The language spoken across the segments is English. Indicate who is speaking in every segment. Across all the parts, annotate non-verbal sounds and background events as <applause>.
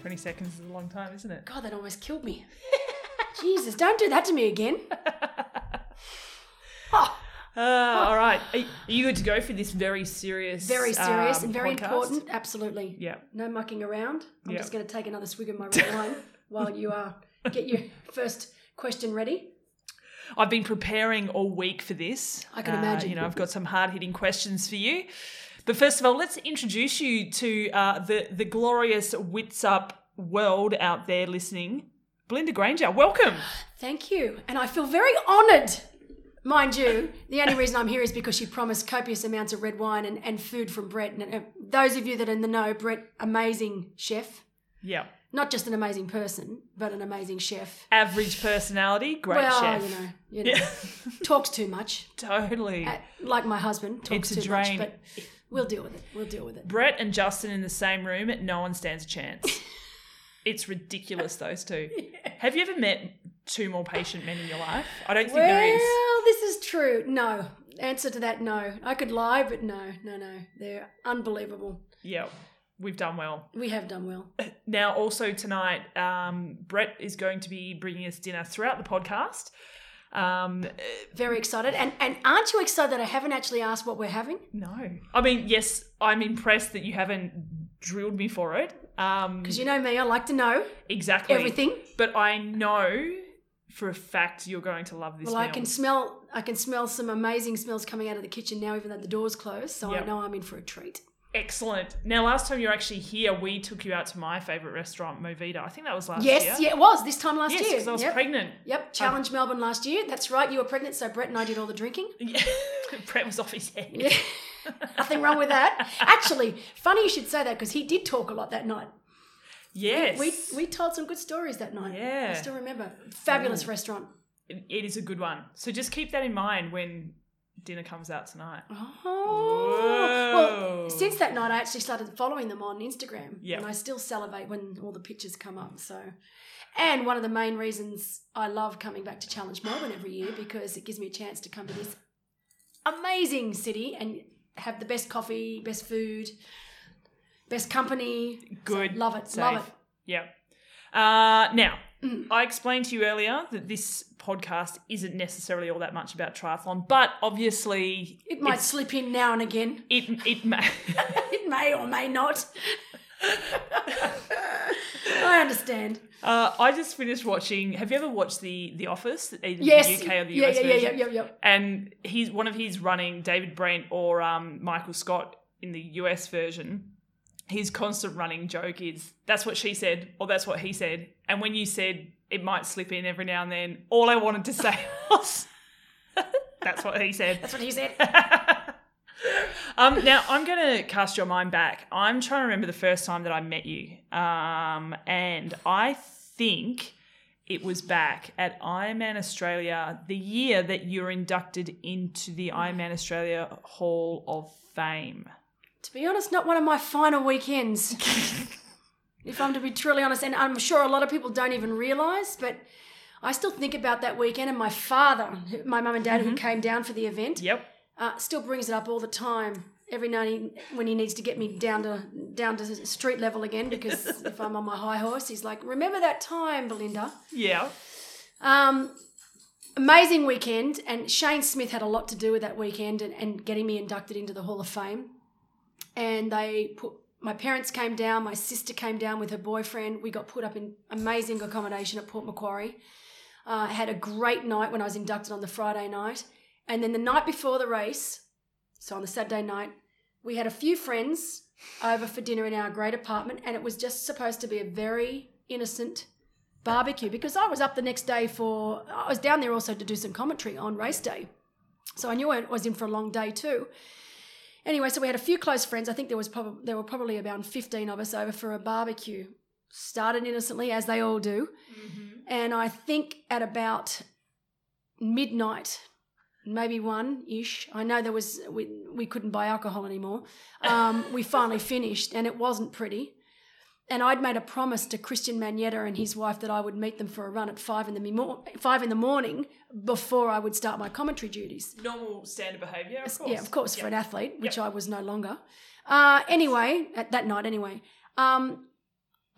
Speaker 1: Twenty seconds is a long time, isn't it?
Speaker 2: God, that almost killed me. <laughs> Jesus, don't do that to me again. Oh,
Speaker 1: Uh, all right. Are you, are you good to go for this very serious,
Speaker 2: very serious
Speaker 1: um,
Speaker 2: and very
Speaker 1: podcast?
Speaker 2: important. Absolutely.
Speaker 1: Yeah.
Speaker 2: No mucking around. I'm
Speaker 1: Yeah.
Speaker 2: just going to take another swig of my
Speaker 1: <laughs>
Speaker 2: red wine while you are get your first question ready.
Speaker 1: I've been preparing all week for this. Uh,
Speaker 2: I can imagine.
Speaker 1: You know, I've got some hard hitting questions for you. But first of all, let's introduce you to uh, the the glorious wits up world out there listening. Belinda Granger,
Speaker 2: <sighs>
Speaker 1: welcome.
Speaker 2: Thank you. And I feel very honoured. Mind you, the only reason I'm here is because she promised copious amounts of red wine and, and food from Brett. And uh, those of you that are in the know, Brett, amazing chef.
Speaker 1: Yeah,
Speaker 2: Not just an amazing person, but an amazing chef.
Speaker 1: average personality, great
Speaker 2: well,
Speaker 1: chef.
Speaker 2: you know, you know talks too much.
Speaker 1: Totally.
Speaker 2: Uh, like my husband talks
Speaker 1: It's a
Speaker 2: too
Speaker 1: drain.
Speaker 2: much, but we'll deal with it. We'll deal with it.
Speaker 1: Brett and Justin in the same room, no one stands a
Speaker 2: <laughs>
Speaker 1: chance. it's ridiculous, those two. Have you ever met two more patient men in your life? I don't think
Speaker 2: well,
Speaker 1: there is.
Speaker 2: this is true. No. Answer to that, no. I could lie, but no, no, no. They're unbelievable.
Speaker 1: Yeah, we've done well.
Speaker 2: We have done well.
Speaker 1: Now, also tonight, um, Brett is going to be bringing us dinner throughout the podcast. Um,
Speaker 2: Very excited. And and aren't you excited that I haven't actually asked what we're having?
Speaker 1: no, I mean, yes, I'm impressed that you haven't drilled me for it. Um,
Speaker 2: Because you know me, I like to know
Speaker 1: exactly
Speaker 2: everything.
Speaker 1: but I know for a fact you're going to love this.
Speaker 2: Well, I
Speaker 1: meal.
Speaker 2: can smell I can smell some amazing smells coming out of the kitchen now, even though the door's closed. So
Speaker 1: Yep.
Speaker 2: I know I'm in for a treat.
Speaker 1: Excellent. Now, last time you were actually here, we took you out to my favourite restaurant, Movida. I think that was last
Speaker 2: yes,
Speaker 1: year.
Speaker 2: yeah, it was this time last
Speaker 1: Yes,
Speaker 2: year.
Speaker 1: because I was
Speaker 2: yep.
Speaker 1: pregnant. <laughs>
Speaker 2: Yep, challenge Melbourne last year. That's right, you were pregnant, so Brett and I did all the drinking.
Speaker 1: Brett was off his head.
Speaker 2: Yeah. <laughs> Nothing wrong with that. Actually, funny you should say that because he did talk a lot that night.
Speaker 1: Yes.
Speaker 2: We we told some good stories that night.
Speaker 1: Yeah. Mm.
Speaker 2: I still remember. Fabulous restaurant.
Speaker 1: It- it is a good one. So just keep that in mind when dinner comes out tonight.
Speaker 2: Oh.
Speaker 1: Whoa.
Speaker 2: Well, since that night, I actually started following them on Instagram.
Speaker 1: Yeah.
Speaker 2: And I still salivate when all the pictures come up. So, and one of the main reasons I love coming back to Challenge Melbourne every year because it gives me a chance to come to this amazing city and have the best coffee, best food, best company.
Speaker 1: Good.
Speaker 2: So, love it.
Speaker 1: Safe.
Speaker 2: Love it. Mm.
Speaker 1: Yep. Uh, now, I explained to you earlier that this podcast isn't necessarily all that much about triathlon, but obviously
Speaker 2: It might
Speaker 1: it's-
Speaker 2: slip in now and again. <laughs>
Speaker 1: it it <laughs> may.
Speaker 2: it may or may
Speaker 1: <laughs>
Speaker 2: not. I understand.
Speaker 1: Uh, I just finished watching. Have you ever watched the The Office, either
Speaker 2: Yes.
Speaker 1: the UK or the
Speaker 2: yeah,
Speaker 1: US
Speaker 2: yeah, yeah,
Speaker 1: version?
Speaker 2: yeah, yeah, yeah.
Speaker 1: And he's one of his running David Brent or um, Michael Scott in the US version. His constant running joke is that's what she said or that's what he said. And when you said it might slip in every now and then, all I wanted to say <laughs> was that's what he said.
Speaker 2: That's what he said.
Speaker 1: Um, now I'm going to cast your mind back. I'm trying to remember the first time that I met you, um, and I think it was back at Ironman Australia, the year that you were inducted into the Ironman Australia Hall of Fame.
Speaker 2: To be honest, not one of my final weekends. if I'm to be truly honest, and I'm sure a lot of people don't even realise, but I still think about that weekend. And my father, who- my mum and dad, who came down for the event,
Speaker 1: Yep.
Speaker 2: uh, still brings it up all the time. Every night he, when he needs to get me down to down to street level again, because if I'm on my high horse, he's like, "Remember that time, Belinda."
Speaker 1: Yeah.
Speaker 2: Um, amazing weekend, and Shane Smith had a lot to do with that weekend and, and getting me inducted into the Hall of Fame. And they put my parents came down, my sister came down with her boyfriend. We got put up in amazing accommodation at Port Macquarie. Uh, had a great night when I was inducted on the Friday night, and then the night before the race, so on the Saturday night, we had a few friends over for dinner in our great apartment, and it was just supposed to be a very innocent barbecue because I was up the next day for I was down there also to do some commentary on race day. So I knew I was in for a long day too. Anyway, so we had a few close friends. I think there was probably there were probably about 15 of us over for a barbecue. Started innocently as they all do. And I think at about midnight maybe one ish. I know there was we we couldn't buy alcohol anymore. Um, we finally finished, and it wasn't pretty. And I'd made a promise to Christian Magnetta and his wife that I would meet them for a run at five in the mo- five in the morning before I would start my commentary duties.
Speaker 1: Normal standard behaviour, of course.
Speaker 2: Yeah, of course, for an athlete, which I was no longer. Uh, anyway, at that night, anyway, um,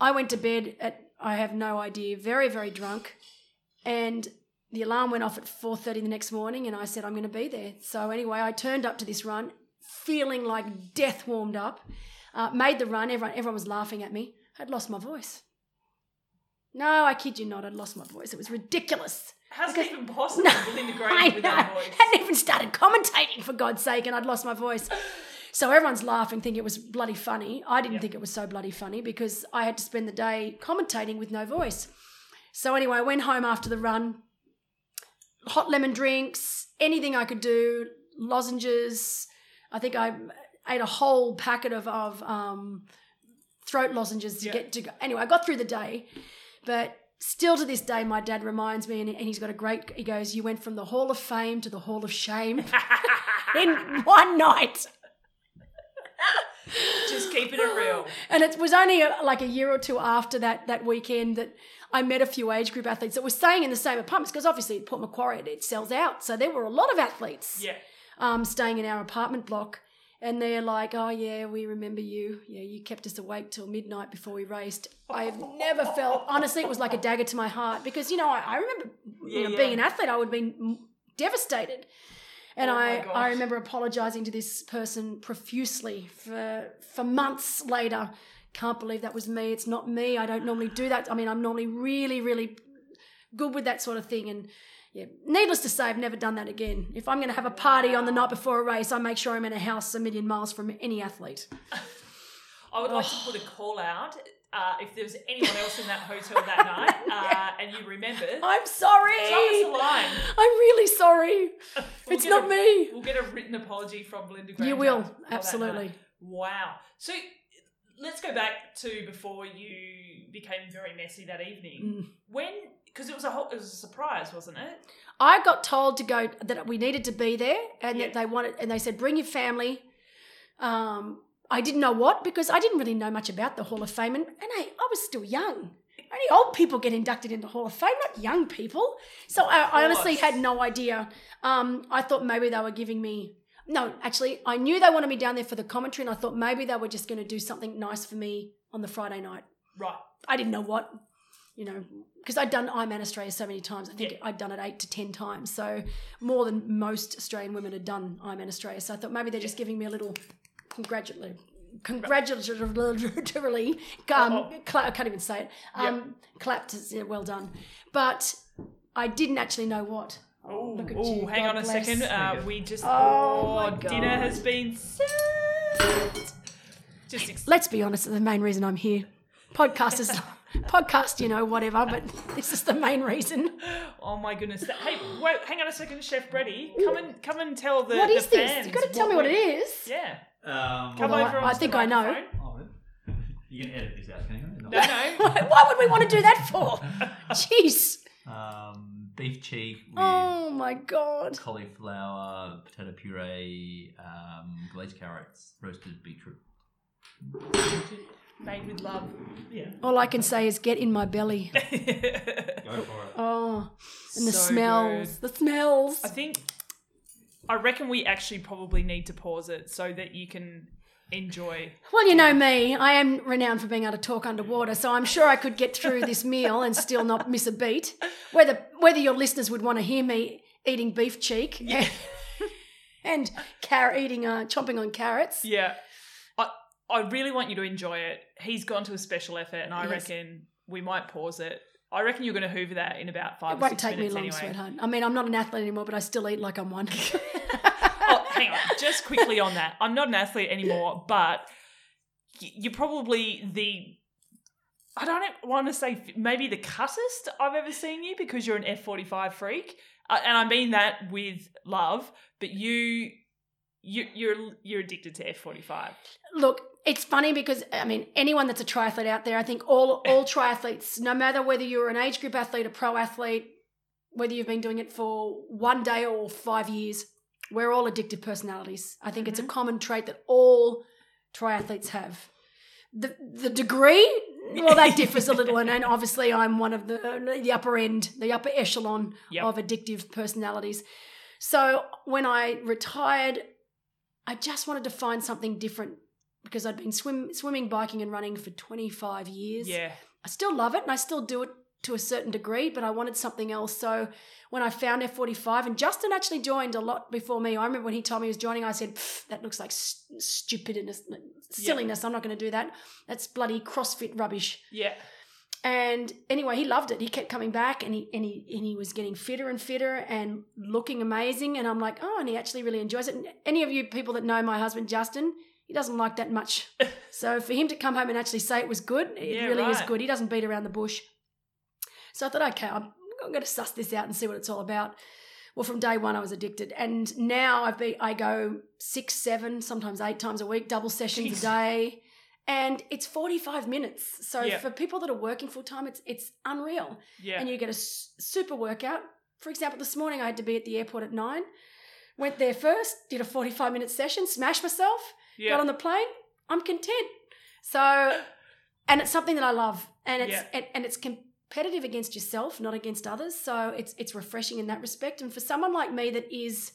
Speaker 2: I went to bed at I have no idea, very very drunk, and the alarm went off at 4:30 the next morning, and I said I'm going to be there. So anyway, I turned up to this run feeling like death warmed up. Uh, made the run. Everyone everyone was laughing at me. I'd lost my voice. No, I kid you not. I'd lost my voice. It was ridiculous.
Speaker 1: How's
Speaker 2: Because-
Speaker 1: it even possible
Speaker 2: <laughs> No,
Speaker 1: within the
Speaker 2: I
Speaker 1: grade
Speaker 2: know.
Speaker 1: without voice?
Speaker 2: hadn't even started commentating for God's sake, and I'd lost my voice. So everyone's laughing, thinking it was bloody funny. I didn't
Speaker 1: Yeah.
Speaker 2: think it was so bloody funny because I had to spend the day commentating with no voice. So anyway, I went home after the run. Hot lemon drinks, anything I could do, lozenges. I think I ate a whole packet of of um, throat lozenges to
Speaker 1: Yeah.
Speaker 2: get to go. Anyway, I got through the day, but still to this day, my dad reminds me, and, and he's got a great. He goes, "You went from the Hall of Fame to the Hall of Shame <laughs> in
Speaker 1: <laughs>
Speaker 2: one night,"
Speaker 1: <laughs> Just keeping it real.
Speaker 2: and it was only uh like a year or two after that that weekend that. I met a few age group athletes that were staying in the same apartments because obviously Port Macquarie it sells out, so there were a lot of athletes.
Speaker 1: Yeah.
Speaker 2: um, staying in our apartment block. And they're like, oh, yeah, we remember you. Yeah, you kept us awake till midnight before we raced. I've never felt, honestly, it was like a dagger to my heart because, you know, I, I remember you
Speaker 1: Yeah,
Speaker 2: know,
Speaker 1: yeah.
Speaker 2: being an athlete, I would have been devastated. And
Speaker 1: Oh my
Speaker 2: I, I
Speaker 1: gosh.
Speaker 2: remember apologizing to this person profusely for, for months later. Can't believe that was me. It's not me. I don't normally do that. I mean, I'm normally really, really good with that sort of thing. And yeah, needless to say, I've never done that again. If I'm going to have a party on the night before a race, I make sure I'm in a house a million miles from any athlete.
Speaker 1: I would like to put a call out uh, if there was anyone else in that hotel that
Speaker 2: <laughs>
Speaker 1: night uh, and you remembered.
Speaker 2: I'm sorry.
Speaker 1: Drop us a line.
Speaker 2: I'm really sorry.
Speaker 1: We'll
Speaker 2: it's
Speaker 1: get
Speaker 2: not
Speaker 1: a-
Speaker 2: me.
Speaker 1: We'll get a written apology from Belinda Granger.
Speaker 2: You will
Speaker 1: for that night.
Speaker 2: absolutely.
Speaker 1: Wow. So let's go back to before you became very messy that evening.
Speaker 2: Mm.
Speaker 1: When, because it was a whole, it was a surprise, wasn't it?
Speaker 2: I got told to go that we needed to be there, and
Speaker 1: Yeah.
Speaker 2: that they wanted, and they said bring your family. Um, I didn't know what because I didn't really know much about the Hall of Fame, and, and I, I was still young. Only old people get inducted into Hall of Fame, not young people. So I, I honestly
Speaker 1: course.
Speaker 2: had no idea. Um, I thought maybe they were giving me. No, actually, I knew they wanted me down there for the commentary, and I thought maybe they were just going to do something nice for me on the Friday night.
Speaker 1: Right.
Speaker 2: I didn't know what, you know, because I'd done Ironman Australia so many times. I think
Speaker 1: Yeah.
Speaker 2: I'd done it eight to ten times, so more than most Australian women had done Ironman Australia. So I thought maybe they're just giving me a little congratulatory, congratulatory. Um,
Speaker 1: Uh-oh.
Speaker 2: cla- I can't even say it. Um, Clapped. as, yeah, well done, but I didn't actually know what.
Speaker 1: Oh,
Speaker 2: look at
Speaker 1: ooh,
Speaker 2: you.
Speaker 1: hang on
Speaker 2: God
Speaker 1: a
Speaker 2: bless.
Speaker 1: second.
Speaker 2: There
Speaker 1: Uh, we just
Speaker 2: Oh,
Speaker 1: oh,
Speaker 2: my
Speaker 1: dinner
Speaker 2: God.
Speaker 1: has been served. Just ex-
Speaker 2: Let's be honest. The main reason I'm here, podcast
Speaker 1: <laughs>
Speaker 2: is podcast. You know, whatever. But this is the main reason.
Speaker 1: oh my goodness! That- <gasps> Hey, wait, hang on a second, Chef Brady. Come and come and tell the
Speaker 2: What
Speaker 1: the
Speaker 2: is this?
Speaker 1: fans
Speaker 2: You've got to tell me what it
Speaker 1: we-
Speaker 2: is.
Speaker 1: Yeah,
Speaker 3: Um,
Speaker 1: come over.
Speaker 2: Although I-
Speaker 1: onto
Speaker 2: I
Speaker 1: the
Speaker 2: think I know.
Speaker 1: <laughs> microphone.
Speaker 3: oh, you can edit this out, can you?
Speaker 1: No, no.
Speaker 2: <laughs> Why, why would we want to do that for? Jeez.
Speaker 3: Um, beef cheek with
Speaker 2: Oh my god.
Speaker 3: cauliflower, potato puree, um, glazed carrots, roasted beetroot.
Speaker 1: Made with <laughs> love.
Speaker 3: Yeah,
Speaker 2: All I can say is get in my
Speaker 1: <laughs>
Speaker 2: belly.
Speaker 1: and
Speaker 3: go for it.
Speaker 2: Oh, and the smells. The smells.
Speaker 1: I think I reckon we actually probably need to pause it so that you can enjoy.
Speaker 2: Well, you know me. I am renowned for being able to talk underwater, so I'm sure I could get through this meal and still not miss a beat. Whether whether your listeners would want to hear me eating beef
Speaker 1: <laughs>
Speaker 2: cheek <laughs> and carrot eating uh, chomping on carrots.
Speaker 1: Yeah. I I really want you to enjoy it. He's gone to a special effort and I
Speaker 2: Yes.
Speaker 1: reckon we might pause it. I reckon you're gonna hoover that in about five
Speaker 2: It
Speaker 1: or
Speaker 2: won't
Speaker 1: six
Speaker 2: take me
Speaker 1: minutes
Speaker 2: long,
Speaker 1: anyway.
Speaker 2: sweetheart. I mean, I'm not an athlete anymore, but I still eat like I'm
Speaker 1: <laughs>
Speaker 2: one. <laughs>
Speaker 1: oh, hang on, just quickly on that. I'm not an athlete anymore, but y- you're probably the I don't want to say f- maybe the cuttest I've ever seen you because you're an F45 freak, uh, and I mean that with love. But you, you, you're you're addicted to F45.
Speaker 2: Look, it's funny because I mean anyone that's a triathlete out there, I think all all triathletes, no matter whether you're an age group athlete, a pro athlete, whether you've been doing it for one day or five years, we're all addictive personalities. I think it's a common trait that all triathletes have. The the degree, well, that differs a little, and, and obviously I'm one of the the upper end, the upper echelon
Speaker 1: Yep.
Speaker 2: of addictive personalities. So when I retired, I just wanted to find something different because I'd been swim, swimming, biking, and running for 25 years.
Speaker 1: Yeah.
Speaker 2: I still love it and I still do it to a certain degree, but I wanted something else. So when I found F45, and Justin actually joined a lot before me. I remember when he told me he was joining, I said, "Pff, that looks like st- stupidness, silliness. I'm not going to do that. That's bloody CrossFit rubbish.
Speaker 1: Yeah.
Speaker 2: And anyway, he loved it. He kept coming back and he, and he, and he was getting fitter and fitter and looking amazing. And I'm like, oh, and he actually really enjoys it. And any of you people that know my husband, Justin, he doesn't like
Speaker 1: <laughs>
Speaker 2: that much. so for him to come home and actually say it was good, it
Speaker 1: Yeah,
Speaker 2: really is
Speaker 1: right.
Speaker 2: good. He doesn't beat around the bush. So I thought, okay, I'm, I'm going to suss this out and see what it's all about. Well, from day one, I was addicted. And now I've been, I go six, seven, sometimes eight times a week, double sessions
Speaker 1: Jeez.
Speaker 2: a day and it's 45 minutes so
Speaker 1: Yeah.
Speaker 2: for people that are working full time it's it's unreal
Speaker 1: Yeah.
Speaker 2: and you get a s- super workout for example this morning i had to be at the airport at 9 went there first did a 45 minute session smashed myself
Speaker 1: yeah.
Speaker 2: got on the plane i'm content so and it's something that i love and it's
Speaker 1: Yeah.
Speaker 2: and, and it's competitive against yourself not against others so it's it's refreshing in that respect and for someone like me that is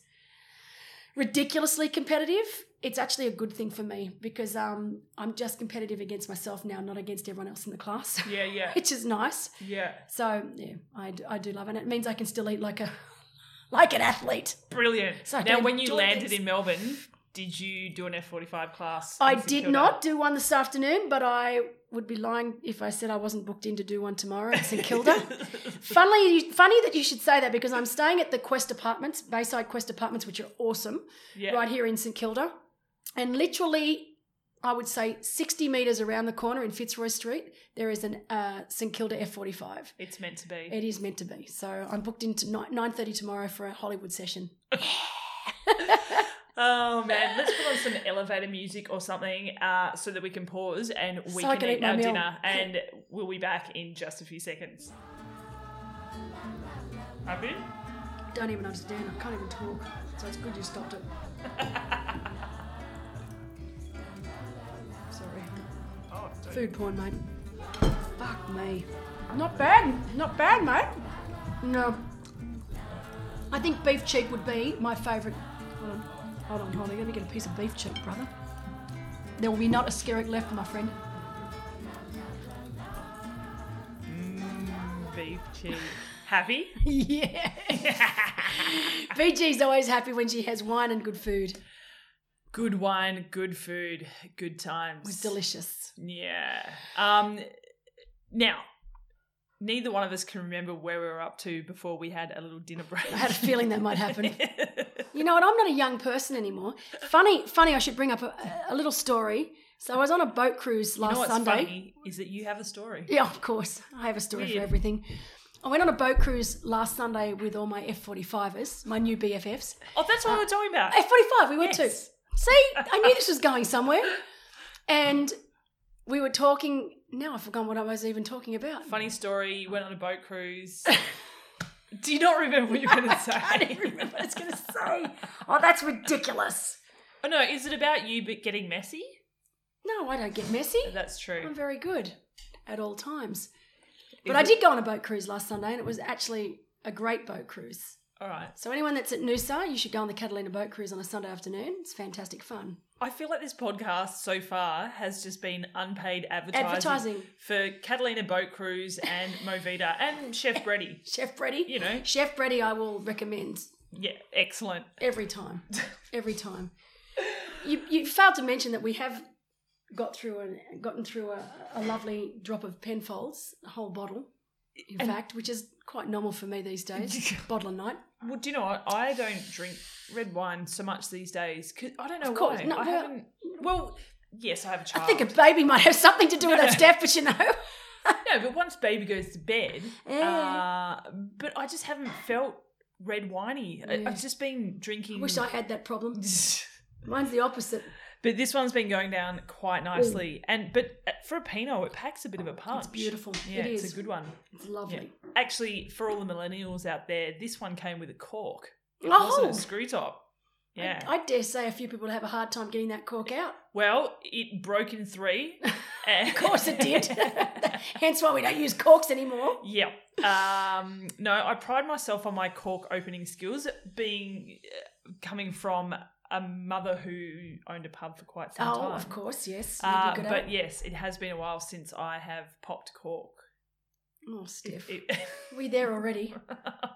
Speaker 2: ridiculously competitive it's actually a good thing for me because um, i'm just competitive against myself now not against everyone else in the class <laughs>
Speaker 1: yeah. Yeah.
Speaker 2: which is nice
Speaker 1: Yeah.
Speaker 2: so yeah I do, I do love it and it means i can still eat like a <laughs> like an athlete
Speaker 1: Brilliant.
Speaker 2: So I
Speaker 1: now,
Speaker 2: don't
Speaker 1: when you
Speaker 2: enjoy
Speaker 1: landed
Speaker 2: this.
Speaker 1: in Melbourne, did you do an F45 class?
Speaker 2: I
Speaker 1: in St
Speaker 2: did
Speaker 1: Kilda?
Speaker 2: not do one this afternoon, but I would be lying if I said I wasn't booked in to do one tomorrow at St Kilda. Funnily, you, funny that you should say that because I'm staying at the Quest Apartments, Bayside Quest Apartments, which are awesome,
Speaker 1: <laughs> Yeah.
Speaker 2: right here in St Kilda, and literally. I would say 60 metres around the corner in Fitzroy Street, there is an uh, St Kilda F45.
Speaker 1: It's meant to be.
Speaker 2: It is meant to be. So I'm booked into 9.30 tomorrow for a Hollywood session.
Speaker 1: Oh <laughs> man, let's put on some elevator music or something uh, so that we can pause and we
Speaker 2: So I
Speaker 1: can,
Speaker 2: can
Speaker 1: eat,
Speaker 2: eat my
Speaker 1: our
Speaker 2: meal.
Speaker 1: dinner. And we'll be back in just a few seconds. Happy?
Speaker 2: Don't even understand. I can't even talk. So it's good you stopped it. Sorry. Food porn, mate. Fuck me. Not bad. Not bad, mate. No. I think beef cheek would be my favourite. Hold on. Hold on, hold on. Let me get a piece of beef cheek, brother. There will be not a skerrick left, my friend. <laughs>
Speaker 1: Beef cheese. Happy?
Speaker 2: <laughs> yeah. VG's always happy when she has wine and good food.
Speaker 1: <laughs> Good wine, good food, good times.
Speaker 2: It was delicious.
Speaker 1: Yeah. Um now neither one of us can remember where we were up to before we had a little dinner break.
Speaker 2: I had a feeling that might
Speaker 1: <laughs>
Speaker 2: happen. You know what? I'm not a young person anymore. Funny, funny. I should bring up a, a little story. So I was on a boat cruise last
Speaker 1: you know what's
Speaker 2: Sunday.
Speaker 1: funny is that you have a story.
Speaker 2: Yeah, of course. I have a story for
Speaker 1: Weird.
Speaker 2: everything. I went on a boat cruise last Sunday with all my F45ers, my new BFFs.
Speaker 1: Oh, that's what we were talking about.
Speaker 2: F45, we were too.
Speaker 1: Yes.
Speaker 2: See, I knew this was going somewhere. And we were talking. Now I've forgotten what I was even talking about.
Speaker 1: Funny story, you went on a boat
Speaker 2: <laughs>
Speaker 1: cruise. Do you not remember what you were going to say?
Speaker 2: I don't even remember what <laughs> I was going to say. Oh, that's ridiculous.
Speaker 1: Oh, no, is it about you but getting messy?
Speaker 2: No, I don't get messy.
Speaker 1: That's
Speaker 2: I'm
Speaker 1: true.
Speaker 2: very good at all times. But
Speaker 1: Is
Speaker 2: I
Speaker 1: it-
Speaker 2: did go on a boat cruise last Sunday and it was actually a great boat cruise.
Speaker 1: All right.
Speaker 2: So anyone that's at Noosa, you should go on the Catalina boat cruise on a Sunday afternoon. It's fantastic fun. <laughs>
Speaker 1: I feel like this podcast so far has just been unpaid advertising,
Speaker 2: Advertising.
Speaker 1: for Catalina Boat Cruise
Speaker 2: <laughs>
Speaker 1: and Movida and Chef Breddy.
Speaker 2: Chef Brady.
Speaker 1: You know.
Speaker 2: Chef Brady I will recommend
Speaker 1: Yeah, excellent. <laughs>
Speaker 2: every time. every time. You, you failed to mention that we have got through and gotten through a, a lovely drop of Penfolds, a whole bottle, in fact, which is quite normal for me
Speaker 1: <laughs>
Speaker 2: these days. bottle a night.
Speaker 1: Well, do you know what? I don't drink red wine so much these days 'cause I don't know
Speaker 2: Of course,
Speaker 1: why.
Speaker 2: no,
Speaker 1: I
Speaker 2: well-
Speaker 1: haven't. Well, yes, I have a child.
Speaker 2: I think a baby might have something to do with that, Steph, but you <laughs> know.
Speaker 1: No, but once baby goes to bed,
Speaker 2: Yeah.
Speaker 1: uh, but I just haven't felt red winey. I- I've just been drinking.
Speaker 2: Wish I had that problem. Mine's the opposite.
Speaker 1: <laughs> but this one's been going down quite nicely, and but uh, for a Pinot, it packs a bit of a punch.
Speaker 2: It's beautiful.
Speaker 1: Yeah,
Speaker 2: it
Speaker 1: it's
Speaker 2: is.
Speaker 1: a good one.
Speaker 2: It's
Speaker 1: Yeah.
Speaker 2: lovely.
Speaker 1: Actually, for all the millennials out there, this one came with a cork. It
Speaker 2: Oh.
Speaker 1: wasn't a screw top. Yeah.
Speaker 2: I dare say a few people have a hard time getting that
Speaker 1: <laughs>
Speaker 2: cork out.
Speaker 1: well, it broke in three. <laughs> of
Speaker 2: <laughs> Of course it did. <laughs>
Speaker 1: <laughs>
Speaker 2: Hence why we don't use corks anymore.
Speaker 1: Yep. Um, no, I pride myself on my cork opening skills, being uh, coming from a mother who owned a pub for quite some
Speaker 2: Oh,
Speaker 1: time.
Speaker 2: of course, yes. You'd
Speaker 1: Uh,
Speaker 2: be good at
Speaker 1: but
Speaker 2: it.
Speaker 1: yes, it has been a while since I have popped cork.
Speaker 2: Oh, Steph.
Speaker 1: It- <laughs>
Speaker 2: we there already.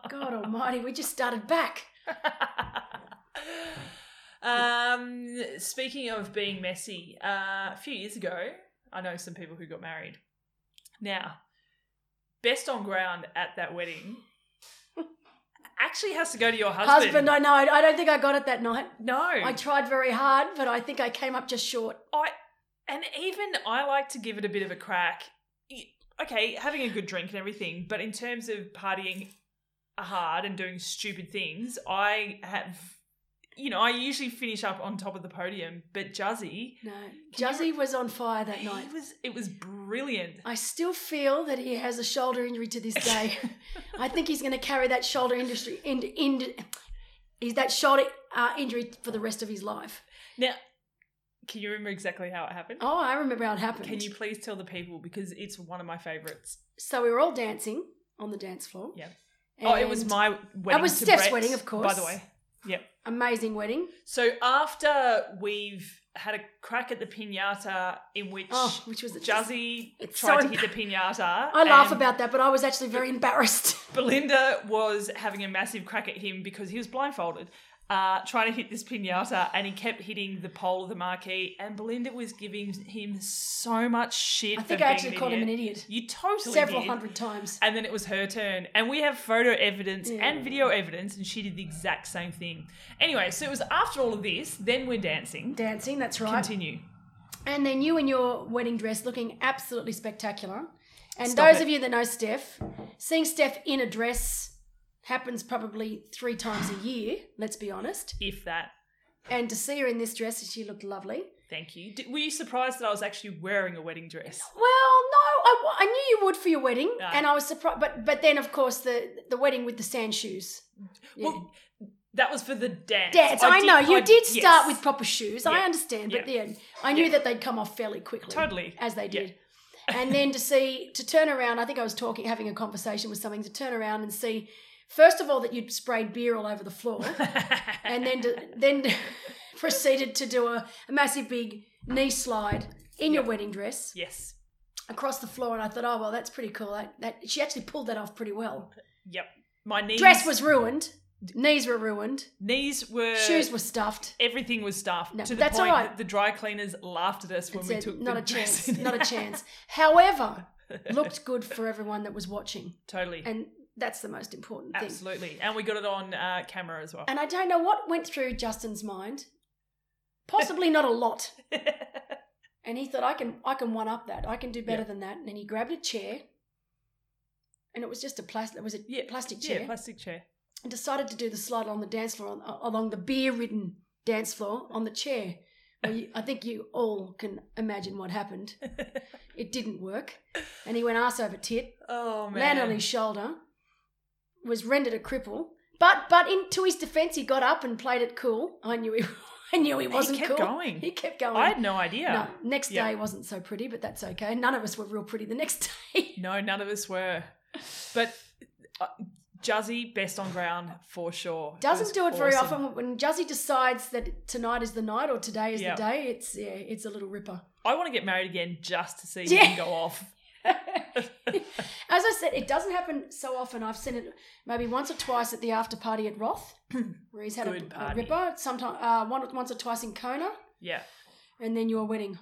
Speaker 2: God almighty, we just started back.
Speaker 1: um, speaking of being messy, uh, a few years ago, I know some people who got married. Now, best on ground at that
Speaker 2: <laughs>
Speaker 1: wedding actually has to go to your husband.
Speaker 2: Husband, I know. I I don't think I got it that night.
Speaker 1: no,
Speaker 2: I tried very hard, but I think I came up just short.
Speaker 1: I and even I like to give it a bit of a crack. Y- Okay, having a good drink and everything, but in terms of partying hard and doing stupid things, I have you know, I usually finish up on top of the podium, but Juzzy
Speaker 2: No. Juzzy was on fire that
Speaker 1: he
Speaker 2: night.
Speaker 1: was it was brilliant.
Speaker 2: I still feel that he has a shoulder injury to this day. I think he's going to carry that shoulder industry in, in, is that shoulder uh, injury for the rest of his life.
Speaker 1: Now, can you remember exactly how it happened?
Speaker 2: Oh, I remember how it happened.
Speaker 1: Can you please tell the people because it's one of my favorites.
Speaker 2: So we were all dancing on the dance floor.
Speaker 1: Yeah. oh, it was
Speaker 2: And
Speaker 1: my wedding.
Speaker 2: was
Speaker 1: to
Speaker 2: Steph's
Speaker 1: Brett's,
Speaker 2: wedding, of course.
Speaker 1: By the way, yep.
Speaker 2: amazing wedding.
Speaker 1: So after we've had a crack at the pinata in which
Speaker 2: Oh, which was a
Speaker 1: Juzzy
Speaker 2: It's
Speaker 1: tried
Speaker 2: so
Speaker 1: to hit the pinata,
Speaker 2: I laugh
Speaker 1: and
Speaker 2: about that, but I was actually very embarrassed.
Speaker 1: Belinda was having a massive crack at him because he was blindfolded. Uh, trying to hit this pinata and he kept hitting the pole of the marquee and Belinda was giving him so much shit.
Speaker 2: I think
Speaker 1: for
Speaker 2: I
Speaker 1: being
Speaker 2: actually called him an idiot
Speaker 1: You totally
Speaker 2: several
Speaker 1: did.
Speaker 2: hundred times.
Speaker 1: And then it was her turn. And we have photo evidence
Speaker 2: Yeah.
Speaker 1: and video evidence, and she did the exact same thing. Anyway, so it was after all of this, then we're dancing.
Speaker 2: Dancing, that's right.
Speaker 1: Continue.
Speaker 2: And then you in your wedding dress looking absolutely spectacular. And
Speaker 1: Stop
Speaker 2: those
Speaker 1: it.
Speaker 2: of you that know Steph, seeing Steph in a dress happens probably three times a year, let's be honest.
Speaker 1: If that.
Speaker 2: And to see her in this dress, she looked lovely.
Speaker 1: Thank you. D were you surprised that I was actually wearing a wedding dress?
Speaker 2: Well, no, I, wa- I knew you would for your wedding,
Speaker 1: No.
Speaker 2: and I was surprised. But but then, of course, the the wedding with the sand shoes. Yeah.
Speaker 1: Well, that was for the dance.
Speaker 2: Dance. I,
Speaker 1: did-
Speaker 2: know you
Speaker 1: I-
Speaker 2: did start
Speaker 1: yes.
Speaker 2: with proper shoes. I
Speaker 1: Yeah.
Speaker 2: understand, but
Speaker 1: Yeah.
Speaker 2: then I knew that they'd come off fairly quickly.
Speaker 1: Totally.
Speaker 2: as they
Speaker 1: Yeah.
Speaker 2: did. and then to see to turn around, I think I was talking, having a conversation with something. To turn around and see, first of all, that you'd sprayed beer all over the
Speaker 1: <laughs>
Speaker 2: floor, and then to, <laughs> then proceeded to do a, a massive big knee slide in your wedding dress
Speaker 1: yes.
Speaker 2: across the floor. And I thought, oh well, that's pretty cool. That, that she actually pulled that off pretty well.
Speaker 1: Yep. My knees.
Speaker 2: Dress was ruined, knees were ruined,
Speaker 1: Knees were.
Speaker 2: shoes were stuffed.
Speaker 1: Everything was stuffed
Speaker 2: No,
Speaker 1: to the
Speaker 2: that's
Speaker 1: point
Speaker 2: all right.
Speaker 1: that the dry cleaners laughed at us when we
Speaker 2: Said,
Speaker 1: took
Speaker 2: not
Speaker 1: the <laughs>
Speaker 2: a chance,
Speaker 1: dress in.
Speaker 2: not a chance.
Speaker 1: <laughs>
Speaker 2: However, looked good for everyone that was watching,
Speaker 1: Totally.
Speaker 2: and that's the most important thing.
Speaker 1: Absolutely. And we got it on uh, camera as well.
Speaker 2: And I don't know what went through Justin's mind. Possibly not a lot. And he thought I can I can one up that. I can do better
Speaker 1: Yeah.
Speaker 2: than that. And then he grabbed a chair. And it was just a plastic was it
Speaker 1: <laughs> Yeah,
Speaker 2: plastic chair?
Speaker 1: yeah, plastic chair.
Speaker 2: and decided to do the slide on the dance floor on, along the beer-ridden dance floor on the chair. Well, you, I think you all can imagine what
Speaker 1: <laughs>
Speaker 2: happened. It didn't work. And he went ass over tit
Speaker 1: Oh, man.
Speaker 2: landed on his shoulder, was rendered a cripple. But but in, to his defence, he got up and played it cool. I knew he <laughs> I knew he wasn't
Speaker 1: kept
Speaker 2: cool.
Speaker 1: going.
Speaker 2: He kept going.
Speaker 1: I had no idea.
Speaker 2: No, next
Speaker 1: Yeah.
Speaker 2: day wasn't so pretty, but that's okay. None of us were real pretty the next <laughs> day.
Speaker 1: No, none of us were. But uh, Juzzy, best on ground for sure.
Speaker 2: Doesn't
Speaker 1: was
Speaker 2: do it very
Speaker 1: awesome.
Speaker 2: often when Juzzy decides that tonight is the night or today is
Speaker 1: Yeah.
Speaker 2: the day. It's yeah, it's a little ripper.
Speaker 1: I want to get married again just to see
Speaker 2: Yeah.
Speaker 1: him go off.
Speaker 2: As I said, it doesn't happen so often. I've seen it maybe once or twice at the after party
Speaker 1: <clears throat>
Speaker 2: at Roth, where he's had
Speaker 1: Good
Speaker 2: a, a
Speaker 1: party.
Speaker 2: ripper. Sometimes uh, one once or twice in Kona,
Speaker 1: Yeah,
Speaker 2: and then your wedding.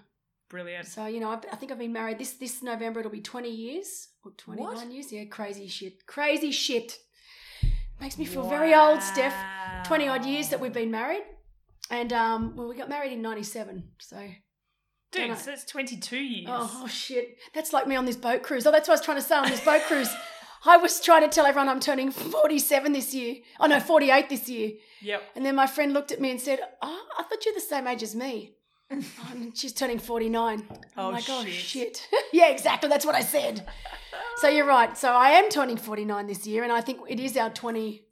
Speaker 1: brilliant.
Speaker 2: So you know, I've, I think I've been married this this November. It'll be twenty years or twenty
Speaker 1: What?
Speaker 2: one years. Yeah, crazy shit, crazy shit. Makes me feel very old, Steph. Twenty odd years that we've been married, and um, well, we got married in ninety seven. So don't know.
Speaker 1: Dude, so that's 22 years.
Speaker 2: oh, oh, shit, that's like me on this boat cruise. Oh, that's what I was trying to say on this boat cruise.
Speaker 1: <laughs>
Speaker 2: I was trying to tell everyone I'm turning forty seven this year. Oh no, forty eight this year.
Speaker 1: Yep.
Speaker 2: And then my friend looked at me and said, "Oh, I thought you're the same age
Speaker 1: <laughs>
Speaker 2: as me." Um, she's turning 49.
Speaker 1: Oh,
Speaker 2: I'm like, oh,
Speaker 1: shit.
Speaker 2: shit. <laughs> yeah, exactly. That's what I said. so you're right. So I am turning 49 this year, and I think it is our 20.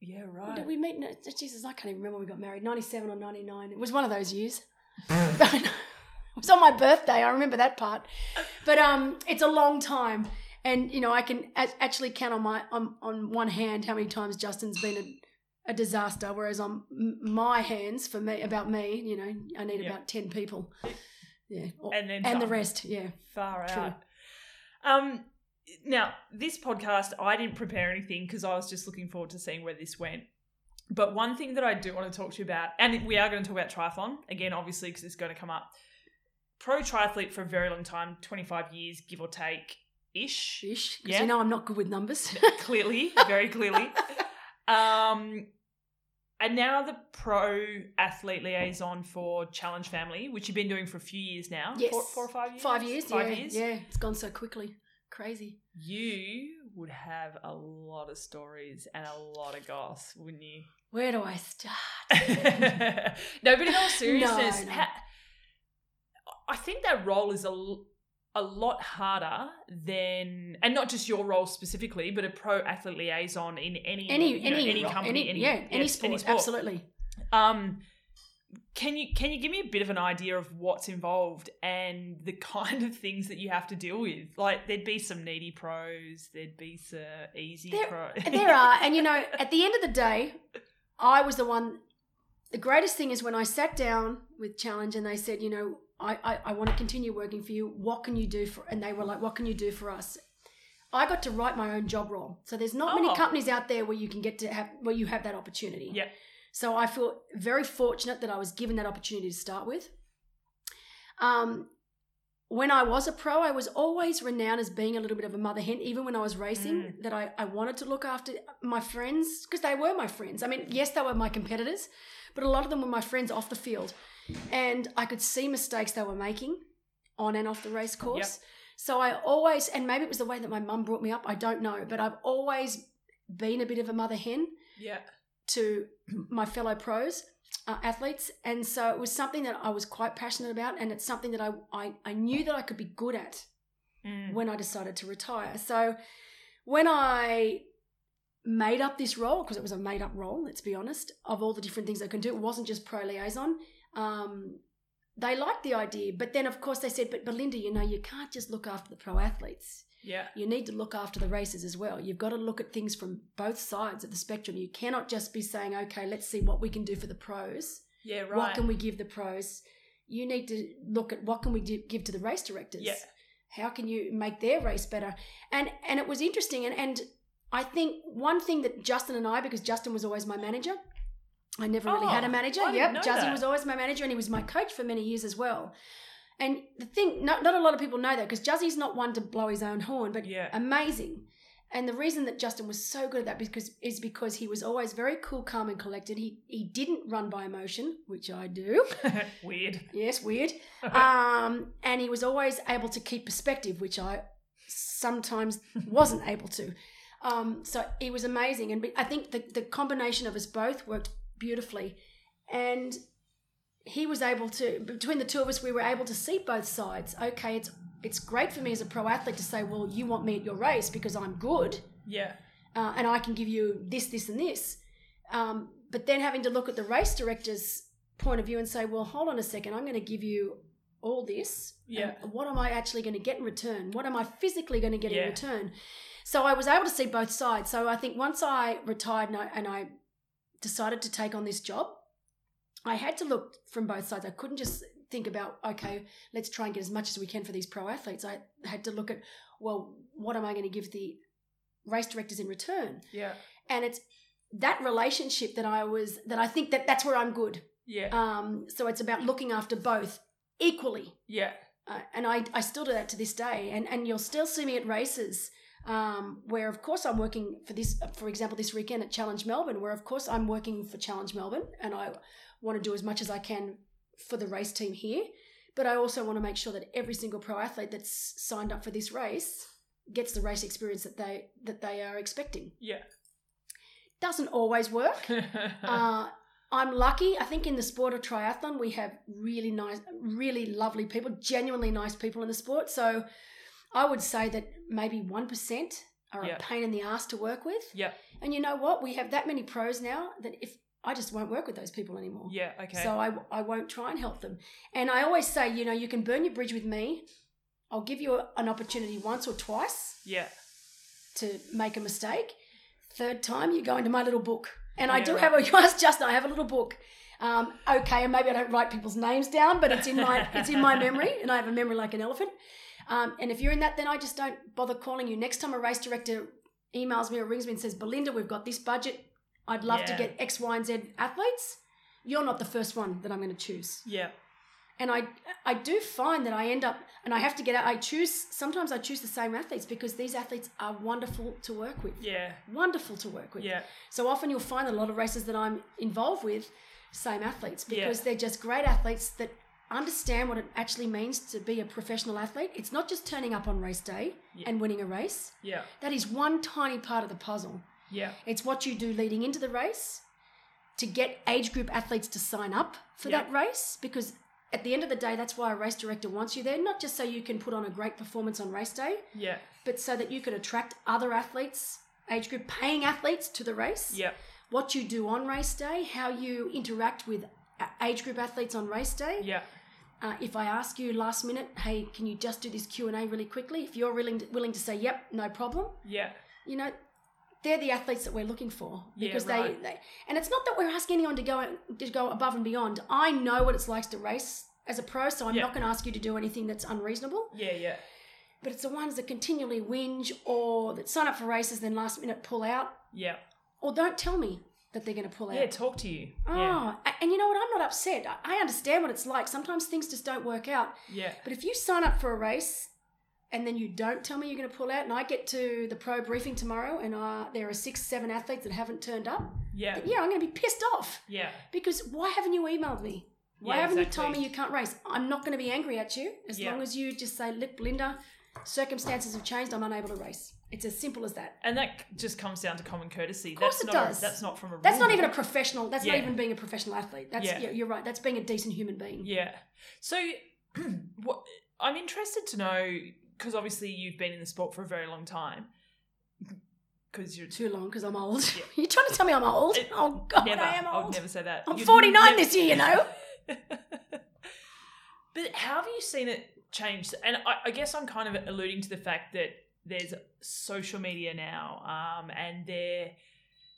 Speaker 1: Yeah,
Speaker 2: when
Speaker 1: right.
Speaker 2: Did we meet? No, Jesus, I can't even remember when we got married. 97 or 99. It was one of
Speaker 1: <laughs>
Speaker 2: those years. <laughs> it was on my birthday. I remember that part. But um, it's a long time, and you know I can a- actually count on my on, on one hand how many times Justin's been a a disaster. Whereas on m- my hands, for me, about me, you know, I need
Speaker 1: Yeah.
Speaker 2: about 10 people. Yeah. Or-
Speaker 1: And then
Speaker 2: and the
Speaker 1: done.
Speaker 2: rest. Yeah.
Speaker 1: Far
Speaker 2: True.
Speaker 1: out. Um, now, this podcast, I didn't prepare anything because I was just looking forward to seeing where this went. But one thing that I do want to talk to you about, and we are going to talk about triathlon again, obviously, because it's going to come up. Pro triathlete for a very long time, 25 years, give or take ish,
Speaker 2: Ish. 'cause
Speaker 1: Yeah.
Speaker 2: you know I'm not good with numbers. <laughs>
Speaker 1: clearly, very clearly. Um, and now the pro athlete liaison for Challenge Family, which you've been doing for a few years now.
Speaker 2: Yes.
Speaker 1: Four, four or five years?
Speaker 2: Five years.
Speaker 1: Five
Speaker 2: yeah.
Speaker 1: years.
Speaker 2: Yeah. It's gone so quickly. Crazy.
Speaker 1: You would have a lot of stories and a lot of goss, wouldn't you?
Speaker 2: Where do I start?
Speaker 1: <laughs> no, but in all seriousness,
Speaker 2: No, no.
Speaker 1: ha- I think that role is a, l- a lot harder than, and not just your role specifically, but a pro athlete liaison in any
Speaker 2: Any,
Speaker 1: you know,
Speaker 2: any,
Speaker 1: any company, any,
Speaker 2: yeah, any,
Speaker 1: yes,
Speaker 2: sport,
Speaker 1: <laughs>
Speaker 2: absolutely.
Speaker 1: Um, can you can you give me a bit of an idea of what's involved and the <laughs> kind of things that you have to deal with? Like there'd be some needy pros, there'd be some easy
Speaker 2: There-
Speaker 1: pros.
Speaker 2: And there are, and you know, at the end of the day, I was the one. The greatest thing is when I sat down with Challenge and they said, you know, I, I, I want to continue working for you. What can you do for? And they were like, what can you do for us? I got to write my own job role. So there's not
Speaker 1: Oh.
Speaker 2: many companies out there where you can get to have where you have that opportunity.
Speaker 1: Yep.
Speaker 2: So I feel very fortunate that I was given that opportunity to start with. Um, when I was a pro, I was always renowned as being a little bit of a mother hen, even when I was racing, that I, I wanted to look after my friends because they were my friends. I mean, yes, they were my competitors, but a lot of them were my friends off the field. And I could see mistakes they were making on and off the race course. So I always, and maybe it was the way that my mum brought me up, I don't know, but I've always been a bit of a mother hen
Speaker 1: <laughs> yeah.
Speaker 2: to <clears throat> my fellow pros uh, athletes and so it was something that i was quite passionate about and it's something that I, I i knew that i could be good at
Speaker 1: Mm.
Speaker 2: when i decided to retire so when i made up this role because it was a made up role let's be honest of all the different things i can do it wasn't just pro liaison um they liked the idea but then of course they said but belinda you know you can't just look after the pro athletes
Speaker 1: Yeah.
Speaker 2: you need to look after the races as well. You've got to look at things from both sides of the spectrum. You cannot just be saying, okay, let's see what we can do for the pros.
Speaker 1: Yeah. Right.
Speaker 2: What can we give the pros? You need to look at what can we do, give to the race directors.
Speaker 1: Yeah.
Speaker 2: How can you make their race better? And and it was interesting. And and I think one thing that Justin and I, because Justin was always my manager, I never really
Speaker 1: Oh,
Speaker 2: had a manager.
Speaker 1: I didn't
Speaker 2: yep,
Speaker 1: know
Speaker 2: Justin
Speaker 1: that.
Speaker 2: was always my manager, and he was my coach for many years as well. And the thing, not, not a lot of people know that because Juzzy's not one to blow his own horn, but
Speaker 1: Yeah.
Speaker 2: amazing. And the reason that Justin was so good at that because is because he was always very cool, calm, and collected. He he didn't run by emotion, which I do. <laughs>
Speaker 1: <laughs> Weird.
Speaker 2: Yes, weird. Um, and he was always able to keep perspective, which I sometimes wasn't able to. Um, so he was amazing, and I think the the combination of us both worked beautifully, and he was able to between the two of us we were able to see both sides okay it's it's great for me as a pro athlete to say well you want me at your race because i'm good
Speaker 1: yeah.
Speaker 2: uh, and I can give you this, this, and this. Um, but then having to look at the race director's point of view and say, well, hold on a second, I'm going to give you all this.
Speaker 1: Yeah.
Speaker 2: And what am I actually going to get in return? What am I physically going to get
Speaker 1: Yeah.
Speaker 2: in return? So I was able to see both sides. So I think once I retired and I, and I decided to take on this job, I had to look from both sides. I couldn't just think about, okay, let's try and get as much as we can for these pro athletes. I had to look at, well, what am I going to give the race directors in return?
Speaker 1: Yeah.
Speaker 2: And it's that relationship that I was, that I think that that's where I'm good.
Speaker 1: Yeah.
Speaker 2: Um, so it's about looking after both equally.
Speaker 1: Yeah.
Speaker 2: Uh, and I, I still do that to this day. And, and you'll still see me at races um, where, of course, I'm working for this, for example, this weekend at Challenge Melbourne, where, of course, I'm working for Challenge Melbourne and I want to do as much as I can for the race team here. But I also want to make sure that every single pro athlete that's signed up for this race gets the race experience that they that they are expecting.
Speaker 1: Yeah.
Speaker 2: Doesn't always work,
Speaker 1: Uh-huh.
Speaker 2: uh, I'm lucky. I think in the sport of triathlon, we have really nice, really lovely people, genuinely nice people in the sport. So I would say that maybe 1% are
Speaker 1: Yeah.
Speaker 2: a pain in the ass to work with.
Speaker 1: Yeah.
Speaker 2: And you know what? We have that many pros now that if I just won't work with those people anymore.
Speaker 1: <laughs> yeah. Okay.
Speaker 2: So I, I won't try and help them. And I always say, you know, you can burn your bridge with me. I'll give you a, an opportunity once or twice
Speaker 1: yeah.
Speaker 2: to make a mistake. Third time, you go into my little book. And I
Speaker 1: Yeah,
Speaker 2: do
Speaker 1: right.
Speaker 2: have a <laughs> just Justin. I have a little book. Um, okay, and maybe I don't write people's names down, but it's
Speaker 1: <laughs>
Speaker 2: in my it's in my memory, and I have a memory like an elephant. Um, and if you're in that, then I just don't bother calling you. Next time a race director emails me or rings me and says, "Belinda, we've got this budget. I'd love to
Speaker 1: Yeah.
Speaker 2: get X, Y, and Z athletes." You're not the first one that I'm going to choose.
Speaker 1: Yeah.
Speaker 2: And I I do find that I end up and I have to get out. I choose sometimes I choose the same athletes because these athletes are wonderful to work with.
Speaker 1: Yeah.
Speaker 2: Wonderful to work with.
Speaker 1: Yeah.
Speaker 2: So often you'll find that a lot of races that I'm involved with, same athletes,
Speaker 1: Yeah.
Speaker 2: because they're just great athletes that understand what it actually means to be a professional athlete. It's not just turning up on race day
Speaker 1: Yeah.
Speaker 2: and winning a race.
Speaker 1: Yeah.
Speaker 2: That is one tiny part of the puzzle.
Speaker 1: Yeah.
Speaker 2: It's what you do leading into the race to get age group athletes to sign up for
Speaker 1: Yeah.
Speaker 2: that race because at the end of the day that's why a race director wants you there not just so you can put on a great performance on race day
Speaker 1: Yeah.
Speaker 2: but so that you can attract other athletes age group paying athletes to the race
Speaker 1: Yeah.
Speaker 2: what you do on race day, how you interact with a- age group athletes on race day.
Speaker 1: Yeah.
Speaker 2: Uh, if I ask you last minute, hey, can you just do this Q and A really quickly? If you're willing to, willing to say, yep, no problem,
Speaker 1: Yeah.
Speaker 2: you know, they're the athletes that we're looking for
Speaker 1: Yeah,
Speaker 2: because
Speaker 1: right.
Speaker 2: they, they. And it's not that we're asking anyone to go to go above and beyond. I know what it's like to race as a pro, so I'm
Speaker 1: Yeah.
Speaker 2: not going to ask you to do anything that's unreasonable
Speaker 1: Yeah. Yeah.
Speaker 2: but it's the ones that continually whinge or that sign up for races then last minute pull out
Speaker 1: Yeah.
Speaker 2: or don't tell me that they're going to pull out.
Speaker 1: Yeah. Talk to you.
Speaker 2: Oh,
Speaker 1: Yeah.
Speaker 2: a- and you know what? I'm not upset. I- I understand what it's like. Sometimes things just don't work out.
Speaker 1: Yeah.
Speaker 2: But if you sign up for a race and then you don't tell me you're going to pull out, and I get to the pro briefing tomorrow and uh, there are six, seven athletes that haven't turned up,
Speaker 1: Yeah.
Speaker 2: yeah, I'm going to be pissed off
Speaker 1: Yeah.
Speaker 2: because why haven't you emailed me? Why
Speaker 1: Yeah,
Speaker 2: haven't you told
Speaker 1: exactly.
Speaker 2: me you can't race? I'm not going to be angry at you as
Speaker 1: Yeah.
Speaker 2: long as you just say, look, Belinda, circumstances have changed. I'm unable to race. It's as simple as that.
Speaker 1: And that c- just comes down to common courtesy.
Speaker 2: course
Speaker 1: that's
Speaker 2: it
Speaker 1: not
Speaker 2: does.
Speaker 1: that's not from a
Speaker 2: That's
Speaker 1: rule
Speaker 2: not even a
Speaker 1: book.
Speaker 2: professional. That's
Speaker 1: Yeah.
Speaker 2: not even being a professional athlete. That's
Speaker 1: Yeah.
Speaker 2: yeah. you're right. That's being a decent human being.
Speaker 1: Yeah. So <clears throat> what I'm interested to know because obviously you've been in the sport for a very long time because you're
Speaker 2: too long because I'm old. <laughs>
Speaker 1: Yeah.
Speaker 2: You're trying to tell me I'm old?
Speaker 1: It-
Speaker 2: oh God,
Speaker 1: never
Speaker 2: I am
Speaker 1: I would
Speaker 2: old.
Speaker 1: never say that.
Speaker 2: I'm
Speaker 1: You'd
Speaker 2: 49
Speaker 1: never-
Speaker 2: this year, you know.
Speaker 1: <laughs> but how have you seen it change? And I, I guess I'm kind of alluding to the fact that there's social media now, um, and there.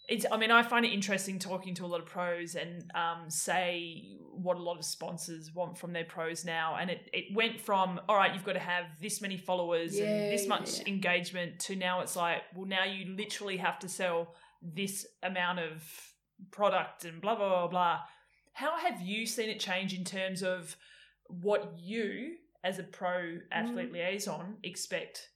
Speaker 1: It's, I mean, I find it interesting talking to a lot of pros and um, say what a lot of sponsors want from their pros now. And it, it went from, all right, you've got to have this many followers
Speaker 2: Yeah,
Speaker 1: and this
Speaker 2: yeah,
Speaker 1: much
Speaker 2: yeah.
Speaker 1: engagement to now it's like, well, now you literally have to sell this amount of product and blah, blah, blah, blah. How have you seen it change in terms of what you, as a pro athlete
Speaker 2: Mm.
Speaker 1: liaison, expect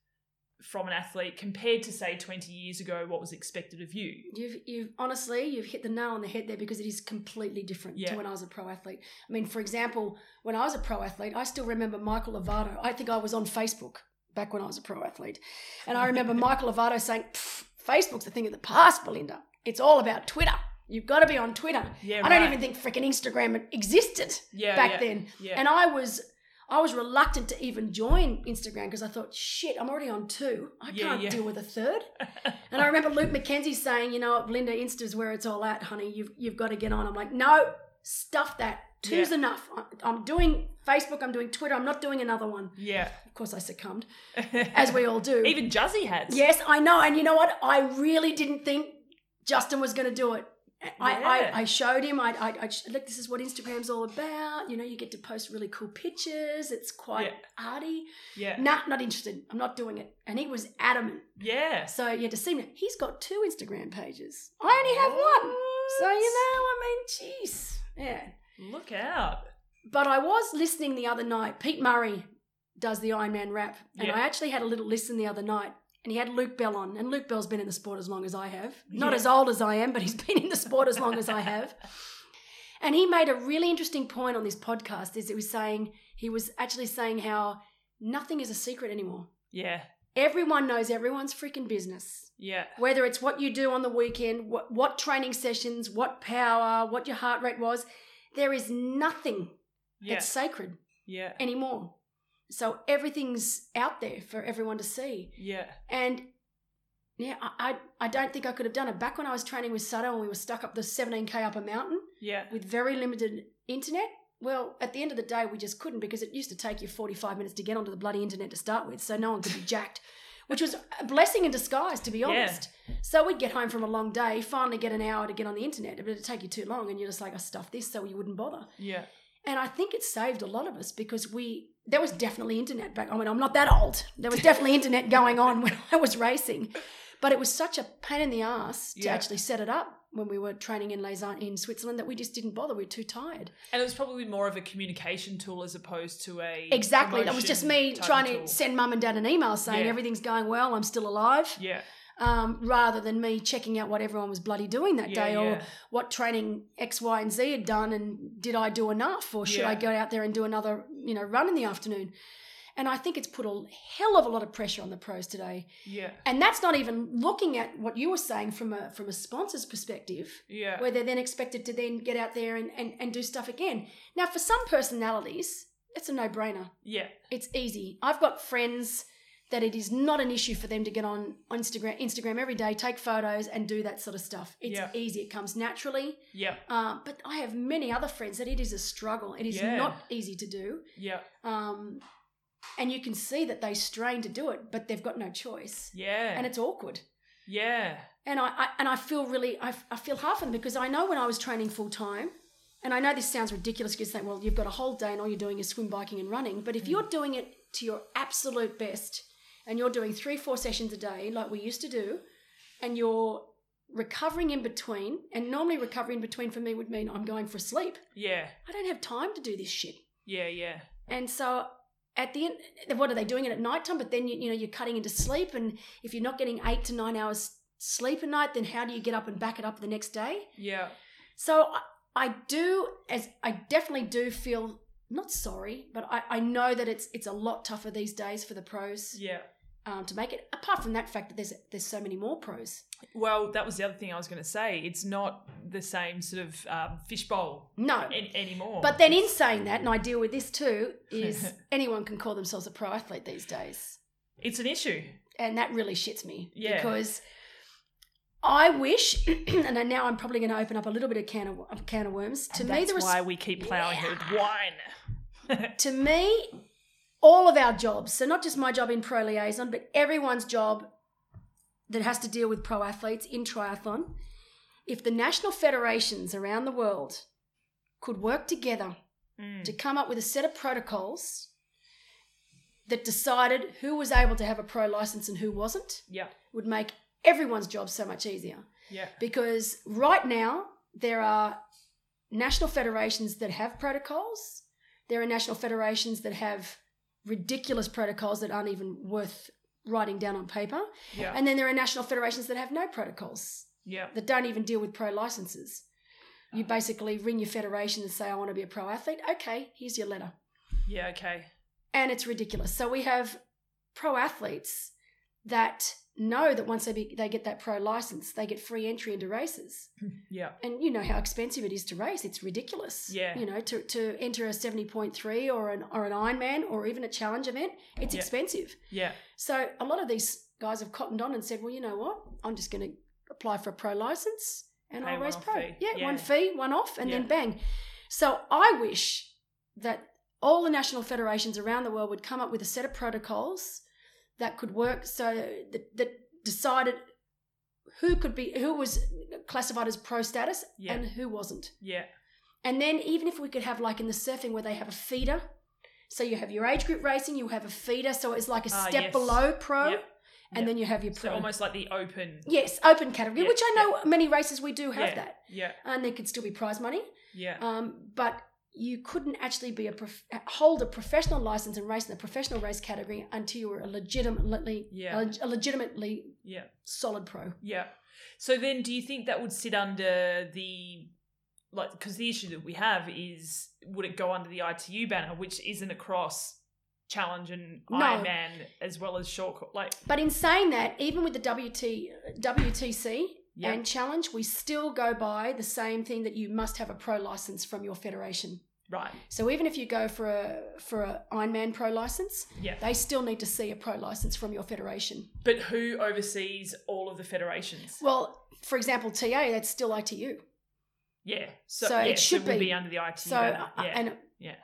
Speaker 1: from an athlete compared to, say, 20 years ago, what was expected of you?
Speaker 2: You've, you've honestly, you've hit the nail on the head there because it is completely different
Speaker 1: Yeah.
Speaker 2: to when I was a pro athlete. I mean, for example, when I was a pro athlete, I still remember Michael Lovato. I think I was on Facebook back when I was a pro athlete, and
Speaker 1: <laughs>
Speaker 2: I remember Michael Lovato saying, "Pff, "Facebook's a thing of the past, Belinda. It's all about Twitter. You've got to be on Twitter."
Speaker 1: Yeah,
Speaker 2: I don't
Speaker 1: right.
Speaker 2: even think freaking Instagram existed
Speaker 1: Yeah,
Speaker 2: back
Speaker 1: yeah,
Speaker 2: then.
Speaker 1: yeah.
Speaker 2: And I was I was reluctant to even join Instagram because I thought, shit, I'm already on two. I
Speaker 1: Yeah,
Speaker 2: can't
Speaker 1: yeah.
Speaker 2: deal with a third. and I remember Luke McKenzie saying, you know, Linda, Insta's where it's all at, honey. You've you've got to get on. I'm like, no, stuff that. Two's
Speaker 1: Yeah.
Speaker 2: enough. I'm, I'm doing Facebook. I'm doing Twitter. I'm not doing another one.
Speaker 1: <laughs> Yeah.
Speaker 2: Of course, I succumbed, <laughs> as we all
Speaker 1: <laughs>
Speaker 2: do.
Speaker 1: Even Juzzy hats.
Speaker 2: Yes, I know. And you know what? I really didn't think Justin was going to do it. I,
Speaker 1: Yeah.
Speaker 2: I, I showed him. I, I, I sh- look. This is what Instagram's all about. You know, you get to post really cool pictures. It's quite
Speaker 1: Yeah.
Speaker 2: arty.
Speaker 1: Yeah.
Speaker 2: Nah, not interested. I'm not doing it. And he was adamant.
Speaker 1: Yeah.
Speaker 2: So yeah, to see him, he's got two Instagram pages. I only have
Speaker 1: Oh,
Speaker 2: one. So you know, I mean, jeez, yeah.
Speaker 1: Look out.
Speaker 2: But I was listening the other night. Pete Murray does the Iron Man rap, and
Speaker 1: Yeah.
Speaker 2: I actually had a little listen the other night. And he had Luke Bell on, and Luke Bell's been in the sport as long as I have. Not
Speaker 1: Yeah.
Speaker 2: as old as I am, but he's <laughs> been in the sport as long as I have. And he made a really interesting point on this podcast. Is it was saying he was actually saying how nothing is a secret anymore.
Speaker 1: Yeah.
Speaker 2: Everyone knows everyone's freaking business.
Speaker 1: Yeah.
Speaker 2: Whether it's what you do on the weekend, what, what training sessions, what power, what your heart rate was, there is nothing
Speaker 1: Yeah.
Speaker 2: that's sacred
Speaker 1: Yeah.
Speaker 2: anymore. So everything's out there for everyone to see.
Speaker 1: Yeah.
Speaker 2: And yeah, I, I, I don't think I could have done it. Back when I was training with Sutter and we were stuck up the 17K up a mountain
Speaker 1: Yeah.
Speaker 2: with very limited internet, well, at the end of the day, we just couldn't because it used to take you 45 minutes to get onto the bloody internet to start with. So no one could be jacked. which was a blessing in disguise, to be
Speaker 1: Yeah.
Speaker 2: honest. So we'd get home from a long day, finally get an hour to get on the internet, but it'd take you too long, and you're just like, I stuffed this, so you wouldn't bother.
Speaker 1: Yeah.
Speaker 2: And I think it saved a lot of us because we there was definitely internet back. I mean, I'm not that old. There was definitely internet going on when <laughs> I was racing, but it was such a pain in the ass to
Speaker 1: Yeah.
Speaker 2: actually set it up when we were training in Lausanne in Switzerland that we just didn't bother. We were too tired.
Speaker 1: And it was probably more of a communication tool as opposed to a
Speaker 2: Exactly. That was just me
Speaker 1: promotion type
Speaker 2: trying
Speaker 1: of
Speaker 2: to
Speaker 1: tool.
Speaker 2: send mum and dad an email saying
Speaker 1: Yeah.
Speaker 2: everything's going well, I'm still alive,
Speaker 1: Yeah.
Speaker 2: um, rather than me checking out what everyone was bloody doing that
Speaker 1: yeah,
Speaker 2: day or
Speaker 1: yeah.
Speaker 2: what training X, Y, and Z had done, and did I do enough, or should
Speaker 1: Yeah.
Speaker 2: I go out there and do another, you know, run in the afternoon? And I think it's put a hell of a lot of pressure on the pros today,
Speaker 1: Yeah.
Speaker 2: and that's not even looking at what you were saying from a from a sponsor's perspective,
Speaker 1: Yeah.
Speaker 2: where they're then expected to then get out there and and, and do stuff again. Now, for some personalities, it's a no brainer.
Speaker 1: Yeah.
Speaker 2: It's easy. I've got friends that it is not an issue for them to get on Instagram Instagram every day, take photos, and do that sort of stuff. It's
Speaker 1: Yeah.
Speaker 2: easy. It comes naturally.
Speaker 1: Yeah.
Speaker 2: Um, but I have many other friends that it is a struggle. It is
Speaker 1: Yeah.
Speaker 2: not easy to do.
Speaker 1: Yeah.
Speaker 2: Um, and you can see that they strain to do it, but they've got no choice.
Speaker 1: Yeah.
Speaker 2: And it's awkward.
Speaker 1: yeah.
Speaker 2: And I, I and I feel really I, I feel half of them because I know when I was training full time, and I know this sounds ridiculous because you think, well, you've got a whole day and all you're doing is swim biking and running. But if
Speaker 1: Mm.
Speaker 2: you're doing it to your absolute best and you're doing three, four sessions a day like we used to do, and you're recovering in between, and normally recovering in between for me would mean I'm going for a sleep.
Speaker 1: Yeah.
Speaker 2: I don't have time to do this shit.
Speaker 1: Yeah. Yeah.
Speaker 2: And so at the end, what are they doing it at night time? But then you, you know you're cutting into sleep, and if you're not getting eight to nine hours sleep a night, then how do you get up and back it up the next day?
Speaker 1: Yeah.
Speaker 2: So I, I do as I definitely do feel not sorry, but I, I know that it's it's a lot tougher these days for the pros
Speaker 1: Yeah.
Speaker 2: um, to make it. Apart from that fact that there's there's so many more pros.
Speaker 1: Well, that was the other thing I was going to say. It's not the same sort of um, fishbowl
Speaker 2: No,
Speaker 1: an- anymore.
Speaker 2: But then, in saying that, and I deal with this too, is anyone can call themselves a pro athlete these days,
Speaker 1: it's an issue.
Speaker 2: and that really shits me
Speaker 1: Yeah.
Speaker 2: because I wish, <clears throat> and I- now I'm probably going to open up a little bit of can of, of can of worms. To
Speaker 1: And
Speaker 2: me,
Speaker 1: that's
Speaker 2: the res-
Speaker 1: why we keep plowing here with wine.
Speaker 2: to me, all of our jobs, so not just my job in pro liaison, but everyone's job that has to deal with pro athletes in triathlon, if the national federations around the world could work together
Speaker 1: Mm.
Speaker 2: to come up with a set of protocols that decided who was able to have a pro license and who wasn't
Speaker 1: Yeah.
Speaker 2: would make everyone's job so much easier
Speaker 1: Yeah.
Speaker 2: because right now there are national federations that have protocols there are national federations that have ridiculous protocols that aren't even worth writing down on paper
Speaker 1: Yeah.
Speaker 2: and then there are national federations that have no protocols
Speaker 1: yeah.
Speaker 2: that don't even deal with pro licenses you basically ring your federation and say i want to be a pro athlete okay here's your letter
Speaker 1: Yeah. Okay.
Speaker 2: and it's ridiculous. So we have pro athletes that know that once they be, they get that pro license, they get free entry into races.
Speaker 1: Yeah.
Speaker 2: And you know how expensive it is to race; it's ridiculous.
Speaker 1: Yeah.
Speaker 2: you know to, to enter a seventy point three or an or an Ironman or even a challenge event, it's
Speaker 1: Yeah.
Speaker 2: expensive.
Speaker 1: Yeah.
Speaker 2: So a lot of these guys have cottoned on and said, "Well, you know what? I'm just going to apply for a pro license and
Speaker 1: Pay
Speaker 2: I'll
Speaker 1: one
Speaker 2: race
Speaker 1: off
Speaker 2: pro.
Speaker 1: fee.
Speaker 2: Yeah, one
Speaker 1: Yeah.
Speaker 2: fee, one off, and
Speaker 1: Yeah.
Speaker 2: then bang." So I wish that all the national federations around the world would come up with a set of protocols that could work, so that, that decided who could be who was classified as pro status
Speaker 1: Yeah.
Speaker 2: and who wasn't.
Speaker 1: Yeah.
Speaker 2: And then even if we could have like in the surfing where they have a feeder, so you have your age group racing, you have a feeder, so it's like a
Speaker 1: Ah,
Speaker 2: step
Speaker 1: yes.
Speaker 2: below pro,
Speaker 1: Yep.
Speaker 2: and then you have your
Speaker 1: So
Speaker 2: pro.
Speaker 1: almost like the open.
Speaker 2: yes, open category,
Speaker 1: Yeah,
Speaker 2: which I know many races we do have
Speaker 1: Yeah.
Speaker 2: that,
Speaker 1: Yeah.
Speaker 2: and there could still be prize money,
Speaker 1: Yeah.
Speaker 2: um, but you couldn't actually be a prof- hold a professional license and race in the professional race category until you were a legitimately
Speaker 1: Yeah.
Speaker 2: a, a legitimately
Speaker 1: Yeah.
Speaker 2: solid pro.
Speaker 1: Yeah. So then, do you think that would sit under the like? Because the issue that we have is, would it go under the ITU banner, which isn't across challenge and
Speaker 2: No.
Speaker 1: Ironman as well as short? co- Like,
Speaker 2: But in saying that, even with the WT, WTC
Speaker 1: Yeah.
Speaker 2: and challenge, we still go by the same thing that you must have a pro license from your federation.
Speaker 1: right?
Speaker 2: So even if you go for a for a Ironman pro license,
Speaker 1: Yeah.
Speaker 2: they still need to see a pro license from your federation.
Speaker 1: But who oversees all of the federations?
Speaker 2: Well, for example, TA that's still ITU.
Speaker 1: Yeah. So,
Speaker 2: So
Speaker 1: yeah,
Speaker 2: it should
Speaker 1: would
Speaker 2: be.
Speaker 1: be under the ITU
Speaker 2: So
Speaker 1: banner.
Speaker 2: I-
Speaker 1: Yeah.
Speaker 2: and
Speaker 1: Yeah.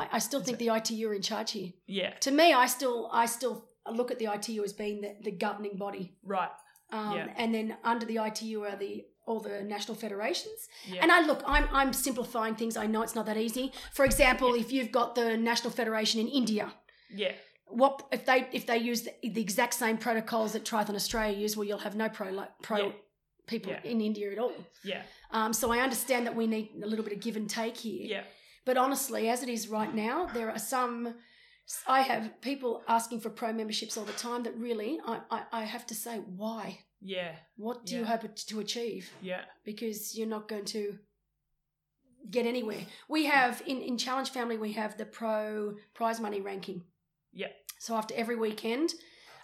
Speaker 2: I, I still think the ITU are in charge here.
Speaker 1: yeah.
Speaker 2: To me, I still I still I look at the ITU as being the, the governing body.
Speaker 1: Right.
Speaker 2: Um,
Speaker 1: Yeah.
Speaker 2: And then under the ITU are the all the national federations.
Speaker 1: Yeah.
Speaker 2: And uh, I look, I'm, I'm simplifying things. I know it's not that easy. For example, if you've got the national federation in India,
Speaker 1: yeah.
Speaker 2: what if they if they use the, the exact same protocols that Triathlon Australia use? Well, you'll have no pro like, pro
Speaker 1: Yeah.
Speaker 2: people
Speaker 1: Yeah.
Speaker 2: in India at all.
Speaker 1: Yeah.
Speaker 2: Um, so I understand that we need a little bit of give and take here.
Speaker 1: Yeah.
Speaker 2: But honestly, as it is right now, there are some. I have people asking for pro memberships all the time. That really, I, I, I have to say, why?
Speaker 1: Yeah.
Speaker 2: What do you
Speaker 1: Yeah.
Speaker 2: hope to achieve?
Speaker 1: Yeah.
Speaker 2: Because you're not going to get anywhere. We have in, in Challenge Family, we have the pro prize money ranking.
Speaker 1: Yep.
Speaker 2: So after every weekend,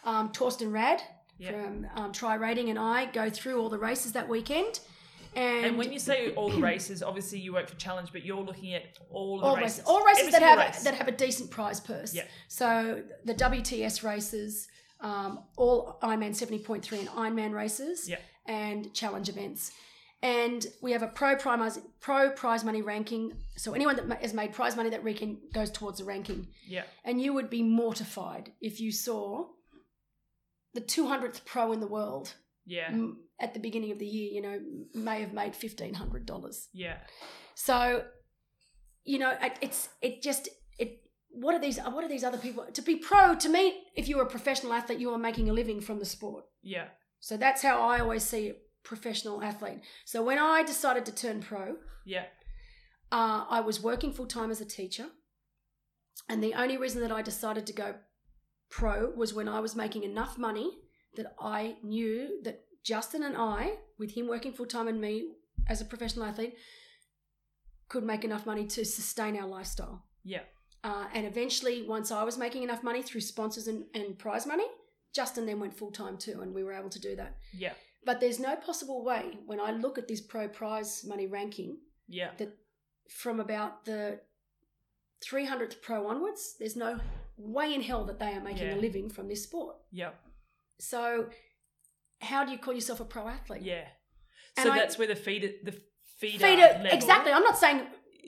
Speaker 2: um, Torsten Rad
Speaker 1: Yep.
Speaker 2: from um, Tri Rating and I go through all the races that weekend. And,
Speaker 1: And when you say all the races, obviously you work for Challenge, but you're looking at all of the
Speaker 2: all
Speaker 1: races.
Speaker 2: races, all races
Speaker 1: Every
Speaker 2: that
Speaker 1: single
Speaker 2: have
Speaker 1: race.
Speaker 2: that have a decent prize purse.
Speaker 1: Yeah.
Speaker 2: So the WTS races, um, all Ironman seventy point three and Ironman races,
Speaker 1: Yeah.
Speaker 2: and challenge events, and we have a pro prize pro prize money ranking. So anyone that ma- has made prize money that weekend goes towards the ranking,
Speaker 1: Yeah.
Speaker 2: and you would be mortified if you saw the two hundredth pro in the world
Speaker 1: Yeah.
Speaker 2: m- at the beginning of the year. You know, may have made fifteen hundred dollars.
Speaker 1: Yeah.
Speaker 2: So, you know, it- it's it just it. What are these? What are these other people? To be pro, to me, if you were a professional athlete, you are making a living from the sport.
Speaker 1: Yeah.
Speaker 2: So that's how I always see a professional athlete. So when I decided to turn pro,
Speaker 1: Yeah.
Speaker 2: uh, I was working full time as a teacher, and the only reason that I decided to go pro was when I was making enough money that I knew that Justin and I, with him working full time and me as a professional athlete, could make enough money to sustain our lifestyle.
Speaker 1: Yeah.
Speaker 2: Uh, and eventually, once I was making enough money through sponsors and, and prize money, Justin then went full time too, and we were able to do that.
Speaker 1: Yeah.
Speaker 2: But there's no possible way when I look at this pro prize money ranking
Speaker 1: Yeah.
Speaker 2: from about the 300th pro onwards, there's no way in hell that they are making
Speaker 1: Yeah.
Speaker 2: a living from this sport.
Speaker 1: Yeah.
Speaker 2: So, how do you call yourself a pro athlete?
Speaker 1: Yeah.
Speaker 2: And
Speaker 1: so
Speaker 2: I-
Speaker 1: that's where the feeder the feeder,
Speaker 2: Feeder,
Speaker 1: level-
Speaker 2: exactly. I'm not saying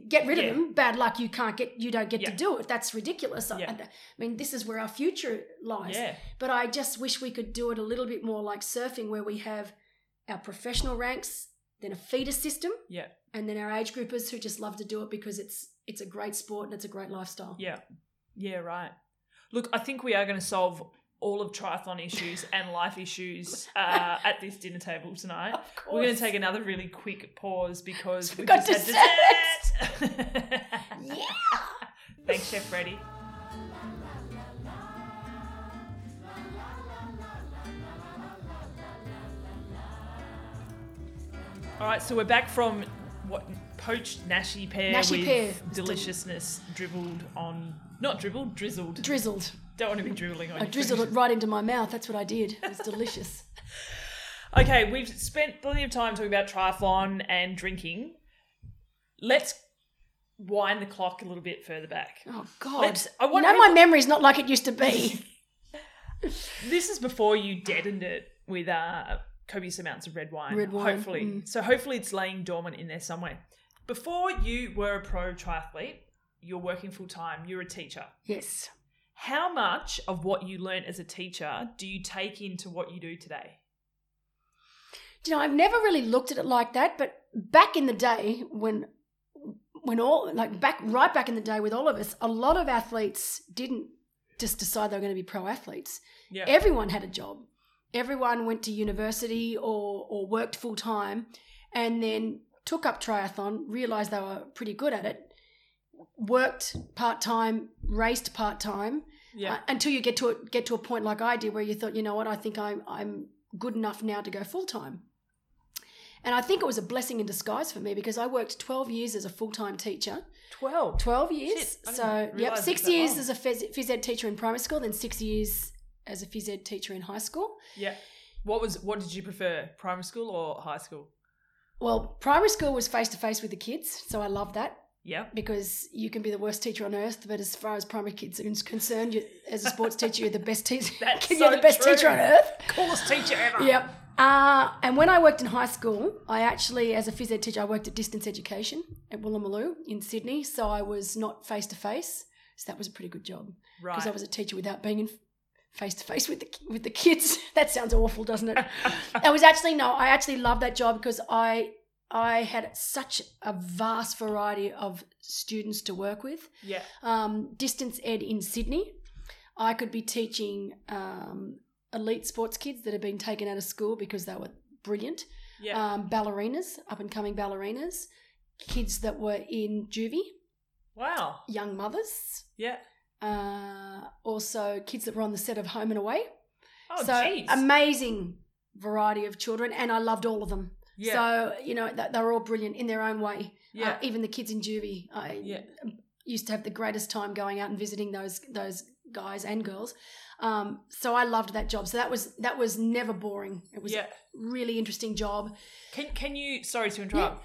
Speaker 2: get rid
Speaker 1: Yeah.
Speaker 2: of them. Bad luck. You can't get. You don't get to
Speaker 1: Yeah.
Speaker 2: do it. That's ridiculous. I-
Speaker 1: Yeah.
Speaker 2: I mean, this is where our future lies.
Speaker 1: Yeah.
Speaker 2: But I just wish we could do it a little bit more like surfing, where we have our professional ranks, then a feeder system,
Speaker 1: Yeah.
Speaker 2: and then our age groupers who just love to do it because it's it's a great sport and it's a great lifestyle.
Speaker 1: Yeah. Yeah, right. Look, I think we are going to solve all of triathlon issues and life
Speaker 2: <laughs>
Speaker 1: issues uh, at this dinner table tonight.
Speaker 2: Of course.
Speaker 1: We're going to take another really quick pause
Speaker 2: <laughs>
Speaker 1: because we
Speaker 2: got
Speaker 1: just had dessert.
Speaker 2: <laughs>
Speaker 1: <laughs>
Speaker 2: Yeah.
Speaker 1: Thanks, Chef Brady. All right, so we're back from what poached nashi pear
Speaker 2: Nashi
Speaker 1: with
Speaker 2: pear.
Speaker 1: deliciousness dribbled on. Not dribbled, drizzled.
Speaker 2: Drizzled.
Speaker 1: Don't want to be dribbling on.
Speaker 2: I
Speaker 1: your
Speaker 2: drizzled it right into my mouth. That's what I did. It was delicious.
Speaker 1: Okay, we've spent plenty of time talking about triathlon and drinking. Let's wind the clock a little bit further back.
Speaker 2: <laughs> Oh God.
Speaker 1: Let's- I
Speaker 2: you
Speaker 1: want
Speaker 2: know my memory's not like it used to be. <laughs>
Speaker 1: This is before you deadened it with uh, copious amounts of red wine.
Speaker 2: Red wine, mm.
Speaker 1: Hopefully. So hopefully it's laying dormant in there somewhere. Before you were a pro triathlete, you're working full time, you're a teacher.
Speaker 2: yes.
Speaker 1: How much of what you learnt as a teacher do you take into what you do today?
Speaker 2: Do you know, I've never really looked at it like that, but back in the day when when all like back right back in the day with all of us, a lot of athletes didn't just decide they were going to be pro athletes.
Speaker 1: Yeah.
Speaker 2: Everyone had a job. Everyone went to university or or worked full time and then took up triathlon, realized they were pretty good at it, worked part-time, raced part-time,
Speaker 1: yeah.
Speaker 2: uh, until you get to a, get to a point like I did where you thought, you know what, I think I'm I'm good enough now to go full time. And I think it was a blessing in disguise for me because I worked 12 years as a full time teacher.
Speaker 1: 12.
Speaker 2: 12 years.
Speaker 1: Shit, I didn't
Speaker 2: so, yep,
Speaker 1: realise it
Speaker 2: six
Speaker 1: was that
Speaker 2: years
Speaker 1: long.
Speaker 2: as a phys, phys ed teacher in primary school, then six years as a phys ed teacher in high school.
Speaker 1: Yeah. What was what did you prefer? Primary school or high school?
Speaker 2: Well, primary school was face to face with the kids, so I love that
Speaker 1: Yeah.
Speaker 2: because you can be the worst teacher on earth, but as far as primary kids are concerned, you, as
Speaker 1: <laughs>
Speaker 2: a sports teacher, you're the best teacher.
Speaker 1: That's
Speaker 2: <laughs> you're
Speaker 1: so
Speaker 2: the best
Speaker 1: true.
Speaker 2: teacher on earth.
Speaker 1: Coolest teacher ever.
Speaker 2: <laughs> Yep. Uh, and when I worked in high school, I actually, as a phys ed teacher, I worked at distance education at Woolloomooloo in Sydney. So I was not face to face. So that was a pretty good job because
Speaker 1: Right.
Speaker 2: I was a teacher without being in face to face with the with the kids. <laughs> that sounds awful, doesn't it?
Speaker 1: <laughs>
Speaker 2: I was actually no, I actually love that job because I I had such a vast variety of students to work with.
Speaker 1: <laughs> Yeah.
Speaker 2: Um, distance ed in Sydney, I could be teaching um, elite sports kids that had been taken out of school because they were brilliant.
Speaker 1: Yeah.
Speaker 2: Um, ballerinas, up and coming ballerinas, kids that were in juvie,
Speaker 1: wow.
Speaker 2: young mothers,
Speaker 1: Yeah.
Speaker 2: uh, also kids that were on the set of Home and Away.
Speaker 1: Oh,
Speaker 2: so um,
Speaker 1: jeez.
Speaker 2: amazing variety of children, and I loved all of them.
Speaker 1: yeah.
Speaker 2: So you know th- they were all brilliant in their own way.
Speaker 1: yeah.
Speaker 2: Uh, even the kids in juvie, I
Speaker 1: Yeah.
Speaker 2: used to have the greatest time going out and visiting those those guys and girls. Um, so I loved that job. So that was that was never boring. It was
Speaker 1: yeah.
Speaker 2: a really interesting job.
Speaker 1: Can Can you? Sorry to interrupt.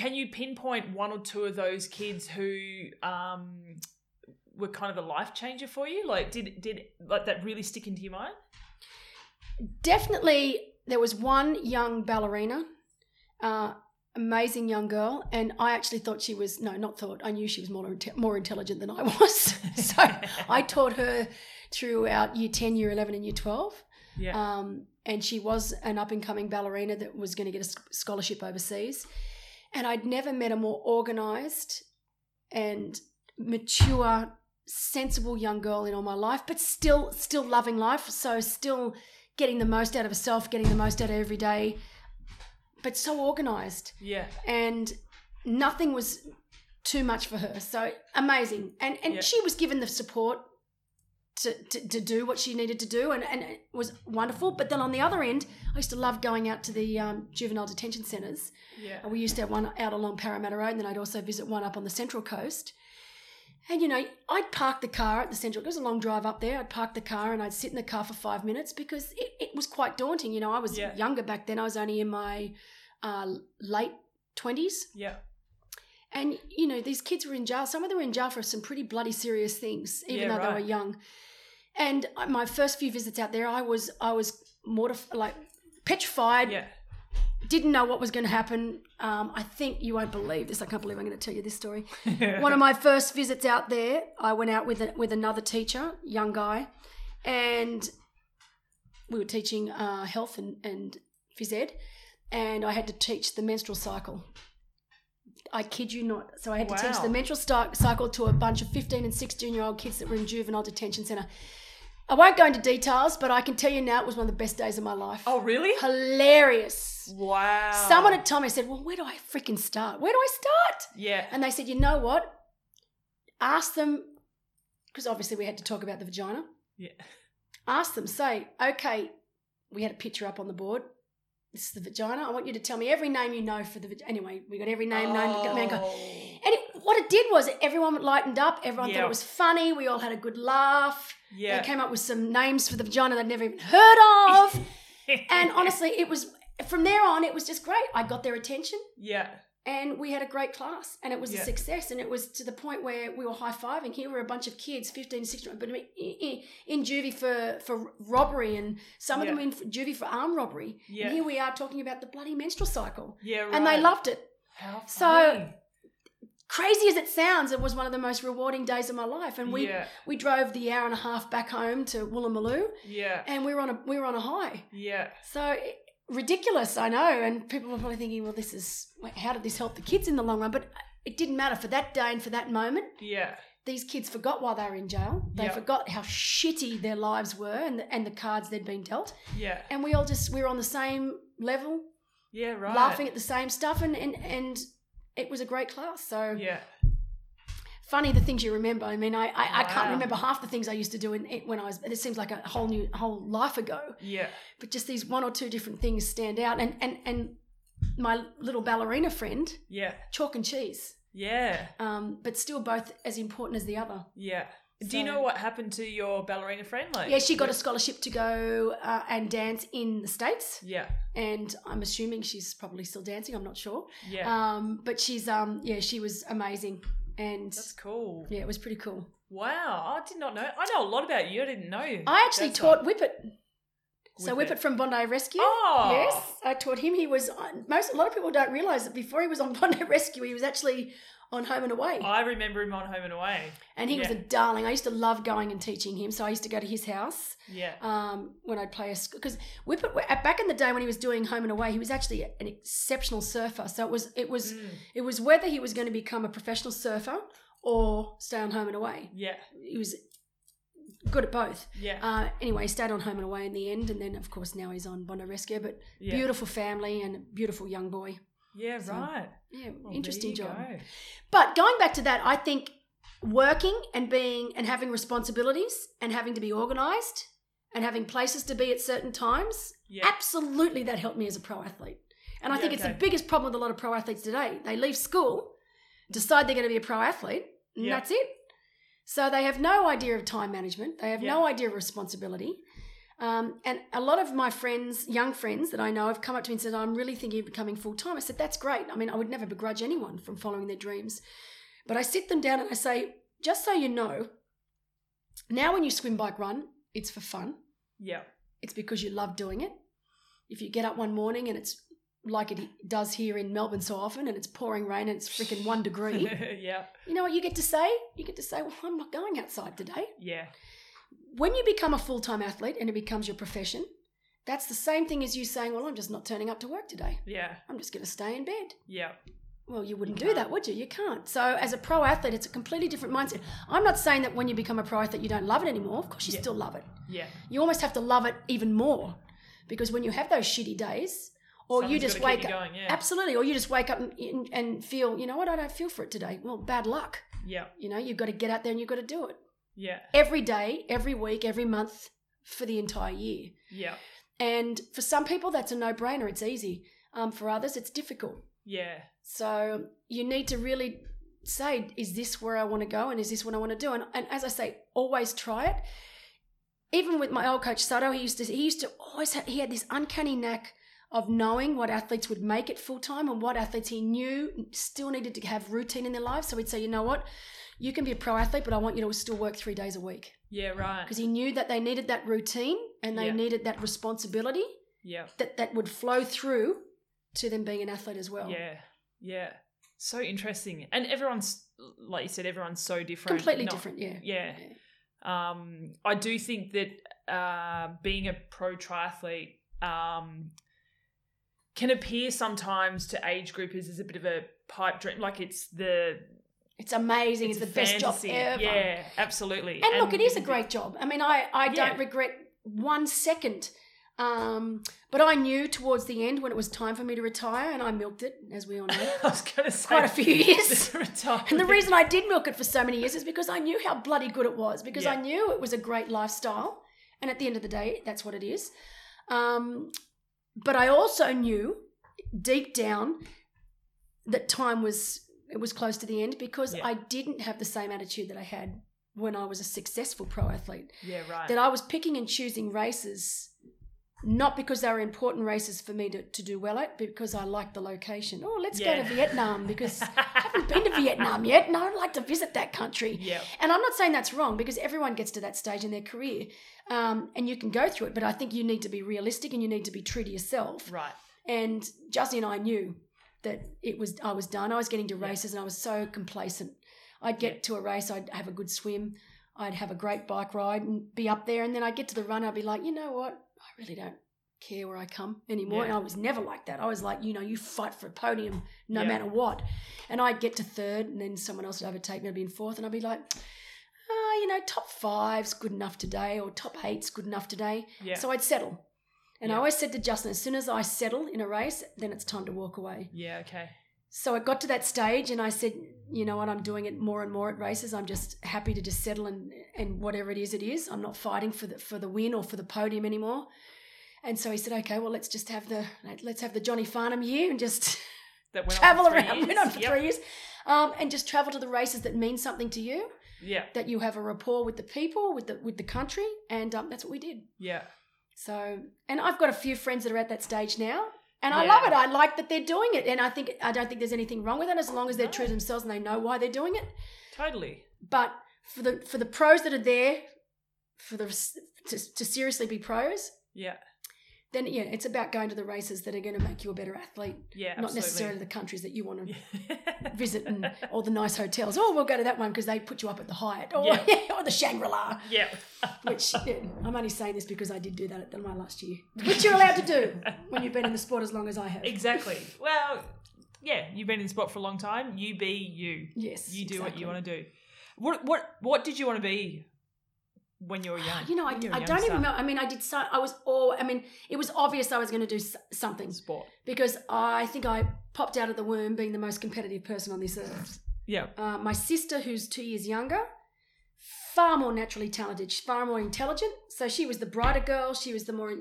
Speaker 1: Can you pinpoint one or two of those kids who um, were kind of a life changer for you? Like, did did like that really stick into your mind?
Speaker 2: Definitely, there was one young ballerina, uh, amazing young girl, and I actually thought she was no, not thought. I knew she was more inte- more intelligent than I <laughs> was. so I taught her throughout year ten, year eleven, and year twelve.
Speaker 1: yeah.
Speaker 2: Um, and she was an up and coming ballerina that was going to get a sc- scholarship overseas. And I'd never met a more organized and mature, sensible young girl in all my life, but still, still loving life. So, still getting the most out of herself, getting the most out of every day, but so organized.
Speaker 1: yeah.
Speaker 2: And nothing was too much for her. So, amazing. And, and
Speaker 1: Yeah.
Speaker 2: she was given the support to, to, to do what she needed to do and, and it was wonderful. But then on the other end, I used to love going out to the um, juvenile detention centres.
Speaker 1: Yeah.
Speaker 2: And We used to have one out along Parramatta Road and then I'd also visit one up on the Central Coast. And you know, I'd park the car at the Central, it was a long drive up there. I'd park the car and I'd sit in the car for five minutes because it, it was quite daunting. You know, I was
Speaker 1: Yeah.
Speaker 2: younger back then, I was only in my uh, late 20s.
Speaker 1: Yeah.
Speaker 2: And you know, these kids were in jail. Some of them were in jail for some pretty bloody serious things, even
Speaker 1: Yeah,
Speaker 2: though
Speaker 1: right.
Speaker 2: they were young. And I- my first few visits out there, I was I was mortified, like petrified. <laughs>
Speaker 1: Yeah.
Speaker 2: Didn't know what was going to happen. Um, I think you won't believe this. I can't believe I'm going to tell you this story. <laughs> One of my first visits out there, I went out with a, with another teacher, young guy, and we were teaching uh, health and and phys ed, and I had to teach the menstrual cycle. I kid you not. So I had to teach
Speaker 1: Wow.
Speaker 2: the menstrual cy- cycle to a bunch of 15 and 16 year old kids that were in juvenile detention centre. I won't go into details, but I can tell you now it was one of the best days of my life.
Speaker 1: oh, really?
Speaker 2: Hilarious.
Speaker 1: Wow.
Speaker 2: Someone had told me, I said, Well, where do I freaking start? Where do I start?
Speaker 1: Yeah.
Speaker 2: And they said, you know what? Ask them, because obviously we had to talk about the vagina.
Speaker 1: Yeah.
Speaker 2: Ask them, say, okay, we had a picture up on the board. This is the vagina. I want you to tell me every name you know for the vagina. Anyway, we got every name known. Man,
Speaker 1: Oh.
Speaker 2: and it, what it did was everyone lightened up. Everyone
Speaker 1: Yeah.
Speaker 2: thought it was funny. We all had a good laugh. They
Speaker 1: Yeah.
Speaker 2: came up with some names for the vagina they'd never even heard
Speaker 1: <laughs>
Speaker 2: of. and honestly, it was from there on, it was just great. I got their attention
Speaker 1: Yeah.
Speaker 2: and we had a great class and it was
Speaker 1: Yeah.
Speaker 2: a success and it was to the point where we were high-fiving here were a bunch of kids 15 16 but I mean, i- i- in juvie for for robbery and some of them
Speaker 1: Yeah.
Speaker 2: in juvie for armed robbery
Speaker 1: Yeah.
Speaker 2: and here we are talking about the bloody menstrual cycle
Speaker 1: Yeah. Right.
Speaker 2: and they loved it
Speaker 1: How
Speaker 2: So-
Speaker 1: funny.
Speaker 2: crazy as it sounds it was one of the most rewarding days of my life and we
Speaker 1: Yeah.
Speaker 2: we drove the hour and a half back home to Woolloomooloo
Speaker 1: Yeah.
Speaker 2: and we were on a we were on a high
Speaker 1: Yeah.
Speaker 2: so ridiculous, I know. And people are probably thinking, well, this is how did this help the kids in the long run? But it didn't matter for that day and for that moment.
Speaker 1: Yeah.
Speaker 2: These kids forgot why they were in jail. They
Speaker 1: Yeah.
Speaker 2: forgot how shitty their lives were and the, and the cards they'd been dealt.
Speaker 1: Yeah.
Speaker 2: And we all just we were on the same level,
Speaker 1: Yeah. Right.
Speaker 2: laughing at the same stuff, and and and it was a great class. So
Speaker 1: Yeah.
Speaker 2: funny the things you remember. I mean, I I, I can't
Speaker 1: Wow.
Speaker 2: remember half the things I used to do in, in- when I was. It seems like a whole new whole life ago
Speaker 1: Yeah.
Speaker 2: but just these one or two different things stand out and and and my little ballerina friend
Speaker 1: Yeah.
Speaker 2: chalk and cheese
Speaker 1: Yeah.
Speaker 2: um, but still both as important as the other
Speaker 1: Yeah. Do you
Speaker 2: So-
Speaker 1: know what happened to your ballerina friend? Like,
Speaker 2: yeah she got a scholarship to go uh, and dance in the states
Speaker 1: Yeah.
Speaker 2: and i'm assuming she's probably still dancing i'm not sure
Speaker 1: Yeah.
Speaker 2: um, but she's um yeah she was amazing and
Speaker 1: That's cool.
Speaker 2: yeah it was pretty cool
Speaker 1: Wow. I did not know. I know a lot about you. I didn't know.
Speaker 2: i actually
Speaker 1: That's
Speaker 2: taught whippet
Speaker 1: with
Speaker 2: So Whippet from Bondi Rescue.
Speaker 1: Oh.
Speaker 2: Yes, I taught him. He was on, most. A lot of people don't realise that before he was on <laughs> Bondi Rescue, he was actually on Home and Away,
Speaker 1: I remember him on Home and Away.
Speaker 2: and he was
Speaker 1: yeah.
Speaker 2: a darling. I used to love going and teaching him. So I used to go to his house
Speaker 1: Yeah.
Speaker 2: um, when I'd play a because Whippet at- back in the day when he was doing Home and Away, he was actually an exceptional surfer. So it was it was
Speaker 1: Mm,
Speaker 2: it was whether he was going to become a professional surfer or stay on Home and Away.
Speaker 1: yeah.
Speaker 2: He was good at both.
Speaker 1: Yeah.
Speaker 2: Uh, anyway, he stayed on Home and Away in the end, and then of course now he's on Bondi Rescue. But
Speaker 1: yeah.
Speaker 2: beautiful family and a beautiful young boy.
Speaker 1: Yeah,
Speaker 2: So,
Speaker 1: right.
Speaker 2: Yeah,
Speaker 1: Well, there
Speaker 2: interesting
Speaker 1: you
Speaker 2: job.
Speaker 1: go.
Speaker 2: But going back to that, I think working and being and having responsibilities and having to be organised and having places to be at certain times,
Speaker 1: Yeah.
Speaker 2: absolutely that helped me as a pro athlete. And I
Speaker 1: Yeah,
Speaker 2: think it's the
Speaker 1: okay.
Speaker 2: biggest problem with a lot of pro athletes today. They leave school, decide they're going to be a pro athlete, and
Speaker 1: Yeah.
Speaker 2: that's it. So they have no idea of time management. They have no
Speaker 1: Yeah.
Speaker 2: idea of responsibility. Um, and a lot of my friends, young friends that I know, have come up to me and said, I'm really thinking of becoming full time. I said, That's great. I mean, I would never begrudge anyone from following their dreams. But I sit them down and I say, Just so you know, now when you swim, bike, run, it's for fun.
Speaker 1: Yeah.
Speaker 2: It's because you love doing it. If you get up one morning and it's like it does here in Melbourne so often and it's pouring rain and it's freaking one degree,
Speaker 1: <laughs> yeah.
Speaker 2: you know what you get to say? You get to say, Well, I'm not going outside today
Speaker 1: Yeah.
Speaker 2: when you become a full-time athlete and it becomes your profession that's the same thing as you saying well i'm just not turning up to work today
Speaker 1: Yeah.
Speaker 2: i'm just going to stay in bed
Speaker 1: Yeah.
Speaker 2: well you wouldn't
Speaker 1: You
Speaker 2: do
Speaker 1: can't.
Speaker 2: that would you you can't so as a pro athlete it's a completely different mindset i'm not saying that when you become a pro athlete you don't love it anymore of course you
Speaker 1: Yeah.
Speaker 2: still love it
Speaker 1: Yeah.
Speaker 2: you almost have to love it even more because when you have those shitty days or you
Speaker 1: Something's
Speaker 2: just
Speaker 1: gotta keep
Speaker 2: wake
Speaker 1: you
Speaker 2: up
Speaker 1: going, yeah.
Speaker 2: absolutely or you just wake up and- and, and feel you know what i don't feel for it today well bad luck
Speaker 1: Yeah.
Speaker 2: you know you've got to get out there and you've got to do it
Speaker 1: Yeah.
Speaker 2: every day, every week, every month for the entire year.
Speaker 1: Yeah.
Speaker 2: And for some people, that's a no brainer. It's easy. Um, for others, it's difficult.
Speaker 1: Yeah.
Speaker 2: So you need to really say, is this where I want to go? And is this what I want to do? And, and as I say, always try it. Even with my old coach Sato, he used to he used to always ha- he had this uncanny knack of knowing what athletes would make it full time and what athletes he knew still needed to have routine in their lives. So he'd say, you know what, you can be a pro athlete, but I want you to still work three days a week
Speaker 1: Yeah. Right.
Speaker 2: because he knew that they needed that routine and they
Speaker 1: Yeah.
Speaker 2: needed that responsibility
Speaker 1: Yeah.
Speaker 2: that that would flow through to them being an athlete as well.
Speaker 1: Yeah. Yeah. So interesting. And everyone's like you said, everyone's so different.
Speaker 2: Completely
Speaker 1: Not-
Speaker 2: different, yeah.
Speaker 1: Yeah. Um, I do think that uh, being a pro triathlete um, can appear sometimes to age groupers as a bit of a pipe dream. Like it's the
Speaker 2: It's amazing. It's,
Speaker 1: a
Speaker 2: the best job
Speaker 1: fantasy.
Speaker 2: ever.
Speaker 1: Yeah, absolutely.
Speaker 2: And, look, it is a great job. I mean, I, I
Speaker 1: Yeah.
Speaker 2: don't regret one second. Um, but I knew towards the end when it was time for me to retire, and I milked it, as we all know.
Speaker 1: <laughs> I was going to say
Speaker 2: Quite
Speaker 1: <laughs>
Speaker 2: a few years.
Speaker 1: retirement. <laughs>
Speaker 2: And the reason I did milk it for so many years is because I knew how bloody good it was, because I
Speaker 1: Yeah.
Speaker 2: knew it was a great lifestyle. And at the end of the day, that's what it is. Um, but I also knew deep down that time was it was close to the end because
Speaker 1: Yeah.
Speaker 2: I didn't have the same attitude that I had when I was a successful pro athlete.
Speaker 1: yeah, right.
Speaker 2: That I was picking and choosing races not because they were important races for me to, to do well at, but because I liked the location. Oh, let's
Speaker 1: Yeah.
Speaker 2: go to Vietnam
Speaker 1: <laughs>
Speaker 2: because haven't been to Vietnam yet, and I'd like to visit that country.
Speaker 1: Yeah,
Speaker 2: And I'm not saying that's wrong because everyone gets to that stage in their career, um, and you can go through it. But I think you need to be realistic and you need to be true to yourself.
Speaker 1: right.
Speaker 2: And Jussie and I knew that it was I was done. I was getting to races, and I was so complacent. I'd get
Speaker 1: Yeah.
Speaker 2: to a race, I'd have a good swim, I'd have a great bike ride, and be up there. And then I'd get to the run, I'd be like, you know what, I really don't care where I come anymore.
Speaker 1: Yeah.
Speaker 2: And I was never like that. I was like, you know, you fight for a podium no
Speaker 1: Yeah.
Speaker 2: matter what. And I'd get to third, and then someone else would overtake me, I'd be in fourth, and I'd be like, ah, you know, top five's good enough today, or top eight's good enough today.
Speaker 1: Yeah,
Speaker 2: So I'd settle. And I
Speaker 1: Yeah.
Speaker 2: always said to Justin, as soon as I settle in a race, then it's time to walk away.
Speaker 1: yeah. Okay.
Speaker 2: So it got to that stage, and I said, you know what, I'm doing it more and more at races. I'm just happy to just settle and, and whatever it is, it is. I'm not fighting for the, for the win or for the podium anymore. And so he said, okay, well, let's just have the let's have the Johnny Farnham year and just <laughs>
Speaker 1: That went
Speaker 2: travel
Speaker 1: on for three
Speaker 2: around.
Speaker 1: Years.
Speaker 2: Went on for
Speaker 1: Yep.
Speaker 2: three years, um, and just travel to the races that mean something to you,
Speaker 1: Yeah,
Speaker 2: that you have a rapport with the people, with the with the country, and um, that's what we did.
Speaker 1: yeah,
Speaker 2: So, and I've got a few friends that are at that stage now, and I
Speaker 1: Yeah.
Speaker 2: love it. I like that they're doing it, and I think I don't think there's anything wrong with it as long as they're true to
Speaker 1: No.
Speaker 2: themselves and they know why they're doing it.
Speaker 1: totally.
Speaker 2: But for the for the pros that are there, for the to, to seriously be pros,
Speaker 1: Yeah,
Speaker 2: then yeah, it's about going to the races that are going to make you a better athlete,
Speaker 1: Yeah,
Speaker 2: not necessarily
Speaker 1: absolutely.
Speaker 2: the countries that you want to
Speaker 1: necessarily.
Speaker 2: visit and all the nice hotels. Oh, we'll go to that one because they put you up at the Hyatt or, <laughs> or the Shangri La.
Speaker 1: <laughs> yeah.
Speaker 2: Which yeah, I'm only saying this because I did do that at the- my last year, <laughs> which you're allowed to do when you've been in the sport as long as I have.
Speaker 1: Exactly. Well, yeah, you've been in the spot for a long time. You be you.
Speaker 2: Yes,
Speaker 1: You do what
Speaker 2: exactly.
Speaker 1: you want to do. What what what did you want to be when you were young?
Speaker 2: Ah, You know, I,
Speaker 1: When you were
Speaker 2: I
Speaker 1: young
Speaker 2: don't even
Speaker 1: star.
Speaker 2: know. I mean, I did. So, I was all. I mean, it was obvious I was going to do s- something
Speaker 1: sport.
Speaker 2: because I think I popped out of the womb being the most competitive person on this earth.
Speaker 1: Yeah.
Speaker 2: Uh, my sister, who's two years younger, far more naturally talented, she's far more intelligent. So she was the brighter girl. She was the more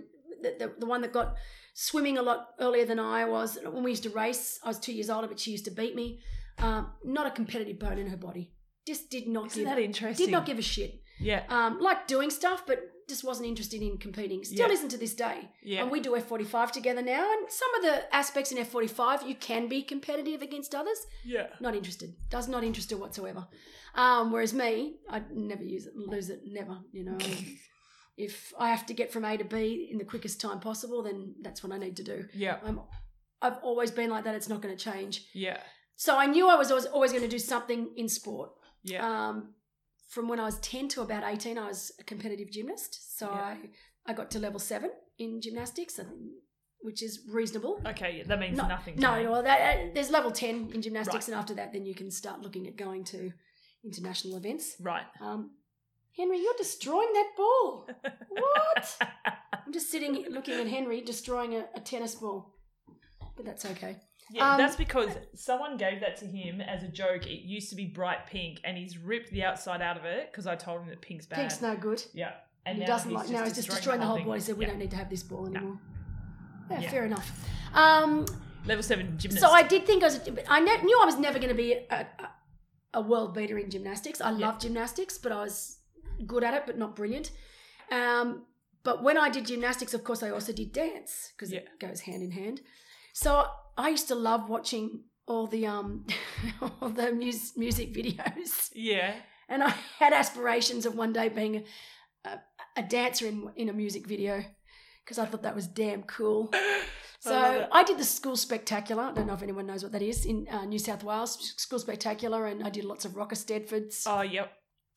Speaker 2: the, the, the one that got swimming a lot earlier than I was. When we used to race, I was two years older, but she used to beat me. Um, not a competitive bone in her body. Just did not
Speaker 1: Isn't
Speaker 2: give.
Speaker 1: that interesting?
Speaker 2: did not give a shit.
Speaker 1: Yeah.
Speaker 2: Um, like doing stuff, but just wasn't interested in competing. Still
Speaker 1: Yeah.
Speaker 2: isn't to this day.
Speaker 1: Yeah.
Speaker 2: And we do F45 together now. And some of the aspects in F45, you can be competitive against others
Speaker 1: yeah.
Speaker 2: not interested. Does not interest her whatsoever. Um, whereas me, I'd never use it, lose it, never. You know, if I have to get from A to B in the quickest time possible, then that's what I need to do.
Speaker 1: Yeah.
Speaker 2: I'm, I've always been like that. It's not going to change.
Speaker 1: Yeah.
Speaker 2: So I knew I was always, always going to do something in sport.
Speaker 1: Yeah.
Speaker 2: Um, from when I was ten to about eighteen, I was a competitive gymnast. So
Speaker 1: Yeah.
Speaker 2: I, I got to level seven in gymnastics, and- which is reasonable.
Speaker 1: okay. yeah, That means
Speaker 2: No,
Speaker 1: nothing. to me.
Speaker 2: No, well, that, uh, there's level 10 in gymnastics,
Speaker 1: Right.
Speaker 2: and after that, then you can start looking at going to international events.
Speaker 1: Right. <laughs>
Speaker 2: Um, Henry, you're destroying that ball. What? I'm just sitting looking at Henry destroying a, a tennis ball. But that's okay.
Speaker 1: Yeah,
Speaker 2: Um,
Speaker 1: that's because someone gave that to him as a joke. It used to be bright pink, and he's ripped the outside out of it because I told him that pink's bad.
Speaker 2: Pink's no good.
Speaker 1: Yeah, and
Speaker 2: he
Speaker 1: now
Speaker 2: doesn't like. No, he's just destroying the whole
Speaker 1: thing.
Speaker 2: ball. He said, we
Speaker 1: Yeah.
Speaker 2: don't need to have this ball anymore. Yeah,
Speaker 1: Yeah.
Speaker 2: fair enough. Um,
Speaker 1: Level seven gymnast.
Speaker 2: So I did think I was. but I ne- knew I was never going to be a, a, a world beater in gymnastics. I
Speaker 1: Yeah.
Speaker 2: love gymnastics, but I was good at it, but not brilliant. Um, but when I did gymnastics, of course, I also did dance because it goes hand in hand. So I used to love watching all the um, <laughs> all the mus- music videos
Speaker 1: yeah,
Speaker 2: and I had aspirations of one day being a, a, a dancer in in a music video because I thought that was damn cool. <gasps> So
Speaker 1: love
Speaker 2: I,
Speaker 1: it.
Speaker 2: did the school spectacular. I don't know if anyone knows what that is in uh, New South Wales school spectacular, and I did lots of rocker Stedfords.
Speaker 1: oh yep,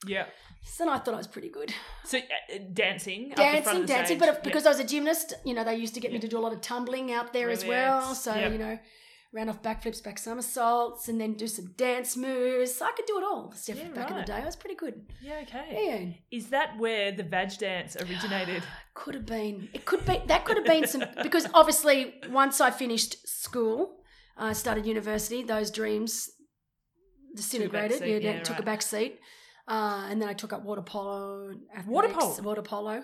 Speaker 1: yeah.
Speaker 2: So I thought I was pretty good
Speaker 1: So uh, uh, dancing, up the front of
Speaker 2: dancing,
Speaker 1: the
Speaker 2: dancing.
Speaker 1: stage.
Speaker 2: But if,
Speaker 1: Yeah.
Speaker 2: because I was a gymnast, you know, they used to get me to do a lot of tumbling out there as well.
Speaker 1: Brilliant.
Speaker 2: So
Speaker 1: Yep.
Speaker 2: you know, round off backflips, back somersaults, and then do some dance moves. I could do it all. Steph,
Speaker 1: Yeah,
Speaker 2: back in the
Speaker 1: right.
Speaker 2: day, I was pretty good.
Speaker 1: yeah, okay.
Speaker 2: Yeah.
Speaker 1: Is that where the vag dance
Speaker 2: <sighs>
Speaker 1: originated?
Speaker 2: Could have been. It could be. That could have been some. Because obviously, once I finished school, I started university. Those dreams disintegrated.
Speaker 1: seat,
Speaker 2: yeah,
Speaker 1: yeah,
Speaker 2: yeah, took a
Speaker 1: right.
Speaker 2: back seat. Uh, and then I took up water polo. and Athletics,
Speaker 1: Water polo?
Speaker 2: Water polo.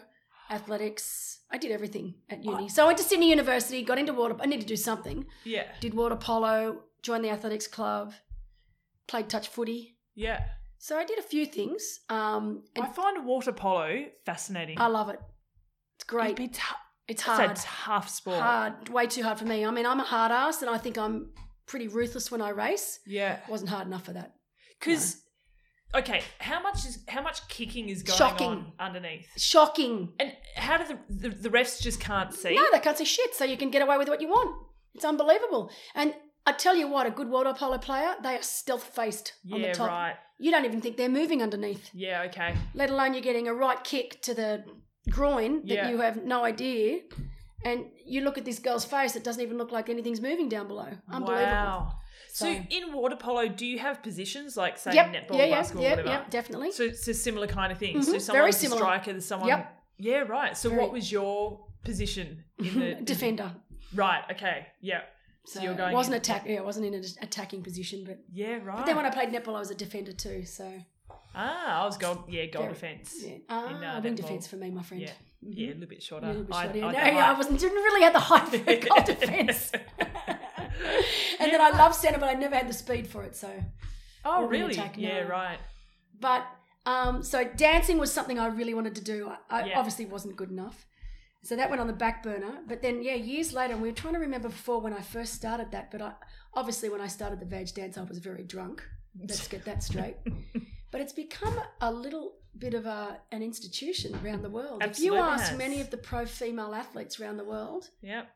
Speaker 2: Athletics. I did everything at uni. So I went to Sydney University. Got into water. I need to do something.
Speaker 1: yeah,
Speaker 2: Did water polo. Joined the athletics club. Played touch footy.
Speaker 1: yeah.
Speaker 2: So I did a few things. Um, and
Speaker 1: I find water polo fascinating.
Speaker 2: I love it. It's
Speaker 1: It'd
Speaker 2: great.
Speaker 1: be tou-
Speaker 2: it's
Speaker 1: it's
Speaker 2: hard.
Speaker 1: a tough sport.
Speaker 2: Hard, way too hard for me. I mean, I'm a hard ass, and I think I'm pretty ruthless when I race.
Speaker 1: Yeah,
Speaker 2: wasn't hard enough for that.
Speaker 1: because. Okay, how much is how much kicking is going
Speaker 2: Shocking.
Speaker 1: on underneath?
Speaker 2: Shocking.
Speaker 1: And how do the, the the refs just can't see?
Speaker 2: No, they can't say shit, so you can get away with what you want. It's unbelievable. And I tell you what, a good water polo player, they are stealth faced on
Speaker 1: yeah,
Speaker 2: the top.
Speaker 1: right.
Speaker 2: You don't even think they're moving underneath,
Speaker 1: Yeah, okay.
Speaker 2: let alone you're getting a right kick to the groin that
Speaker 1: Yeah.
Speaker 2: you have no idea. And you look at this girl's face, it doesn't even look like anything's moving down below. Unbelievable.
Speaker 1: Wow. So,
Speaker 2: So-
Speaker 1: in water polo, do you have positions like say
Speaker 2: Yep.
Speaker 1: netball,
Speaker 2: yeah, yeah,
Speaker 1: basketball,
Speaker 2: yeah,
Speaker 1: whatever?
Speaker 2: yeah, definitely.
Speaker 1: So it's a similar kind of thing.
Speaker 2: Mhm,
Speaker 1: So
Speaker 2: very
Speaker 1: someone's a
Speaker 2: similar.
Speaker 1: striker, there's someone.
Speaker 2: Yep.
Speaker 1: Yeah, right. So
Speaker 2: Very-
Speaker 1: what was your position in
Speaker 2: <laughs>
Speaker 1: the
Speaker 2: Defender.
Speaker 1: Right. Okay. Yeah.
Speaker 2: So,
Speaker 1: you're going
Speaker 2: it wasn't
Speaker 1: in-
Speaker 2: attack. Yeah, it wasn't in an attacking position, but,
Speaker 1: Yeah. Right.
Speaker 2: but then when I played netball, I was a defender too. So
Speaker 1: ah, I was goal. Yeah, goal
Speaker 2: Very-
Speaker 1: defense.
Speaker 2: yeah,
Speaker 1: Yeah.
Speaker 2: ah,
Speaker 1: uh,
Speaker 2: wing
Speaker 1: netball.
Speaker 2: defense for me, my friend.
Speaker 1: Yeah.
Speaker 2: Mhm.
Speaker 1: a little bit shorter.
Speaker 2: Yeah, a little bit
Speaker 1: I-
Speaker 2: short, yeah.
Speaker 1: I
Speaker 2: no,
Speaker 1: don't
Speaker 2: yeah, I
Speaker 1: like-
Speaker 2: wasn't didn't really have the height for
Speaker 1: <laughs>
Speaker 2: <laughs> goal defense. and then I love centre, but I never had the speed for it. So,
Speaker 1: Oh,
Speaker 2: or wing
Speaker 1: really?
Speaker 2: attack,
Speaker 1: Yeah.
Speaker 2: no.
Speaker 1: Right.
Speaker 2: but um, so dancing was something I really wanted to do. I, I
Speaker 1: Yeah.
Speaker 2: obviously wasn't good enough, so that went on the back burner. But then, yeah, years later, and we were trying to remember before when I first started that. But I obviously when I started
Speaker 1: <laughs>
Speaker 2: the veg dance, I was very drunk. Let's get that straight. but it's become a little bit of a, an institution around the world. If you
Speaker 1: Absolutely
Speaker 2: ask
Speaker 1: has.
Speaker 2: many of the pro female athletes around the world,
Speaker 1: Yep.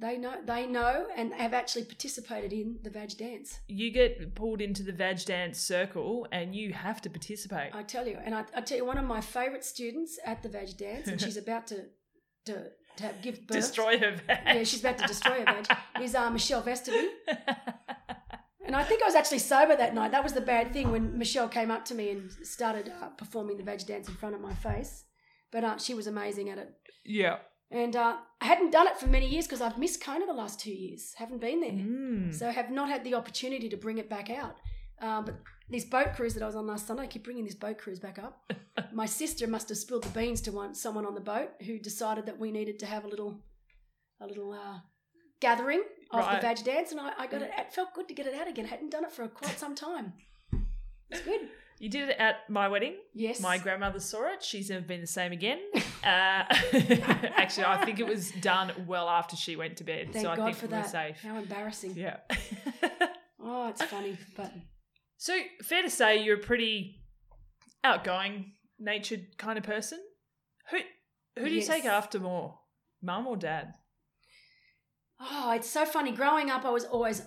Speaker 2: they know they know and have actually participated in the vag dance.
Speaker 1: You get pulled into the vag dance circle and you have to participate.
Speaker 2: I tell you, and I, I tell you, one of my favourite students at the vag dance, and she's about to to, to have, give birth.
Speaker 1: <laughs> Destroy her vag.
Speaker 2: Yeah, she's about to destroy her vag. Is uh, Michelle Vesterby. And I think I was actually sober that night. That was the bad thing when Michelle came up to me and started uh, performing the vag dance in front of my face. But uh, she was amazing at it.
Speaker 1: yeah.
Speaker 2: And uh, I hadn't done it for many years because I've missed Kona the last two years. Haven't been there.
Speaker 1: Mm.
Speaker 2: So I have not had the opportunity to bring it back out. Um, but this boat cruise that I was on last Sunday, I keep bringing this boat cruise back up.
Speaker 1: <laughs>
Speaker 2: My sister must have spilled the beans to one someone on the boat who decided that we needed to have a little, a little uh, gathering of the
Speaker 1: Right. Hmm.
Speaker 2: vag dance, and I, I got it. It felt good to get it out again. I hadn't done it for quite some time. It's good.
Speaker 1: You did it at my wedding.
Speaker 2: Yes.
Speaker 1: My grandmother saw it. She's never been the same
Speaker 2: <laughs>
Speaker 1: again. Uh, <laughs> actually, I think it was done well after she went to bed.
Speaker 2: Thank
Speaker 1: so I
Speaker 2: God
Speaker 1: think
Speaker 2: for
Speaker 1: we we're
Speaker 2: that.
Speaker 1: safe.
Speaker 2: How embarrassing.
Speaker 1: Yeah. <laughs>
Speaker 2: Oh, it's funny, but
Speaker 1: so, fair to say, you're a pretty outgoing, natured kind of person. Who who do you
Speaker 2: Yes.
Speaker 1: take after more, mum or
Speaker 2: <laughs>
Speaker 1: dad?
Speaker 2: Oh, it's so funny. Growing up, I was always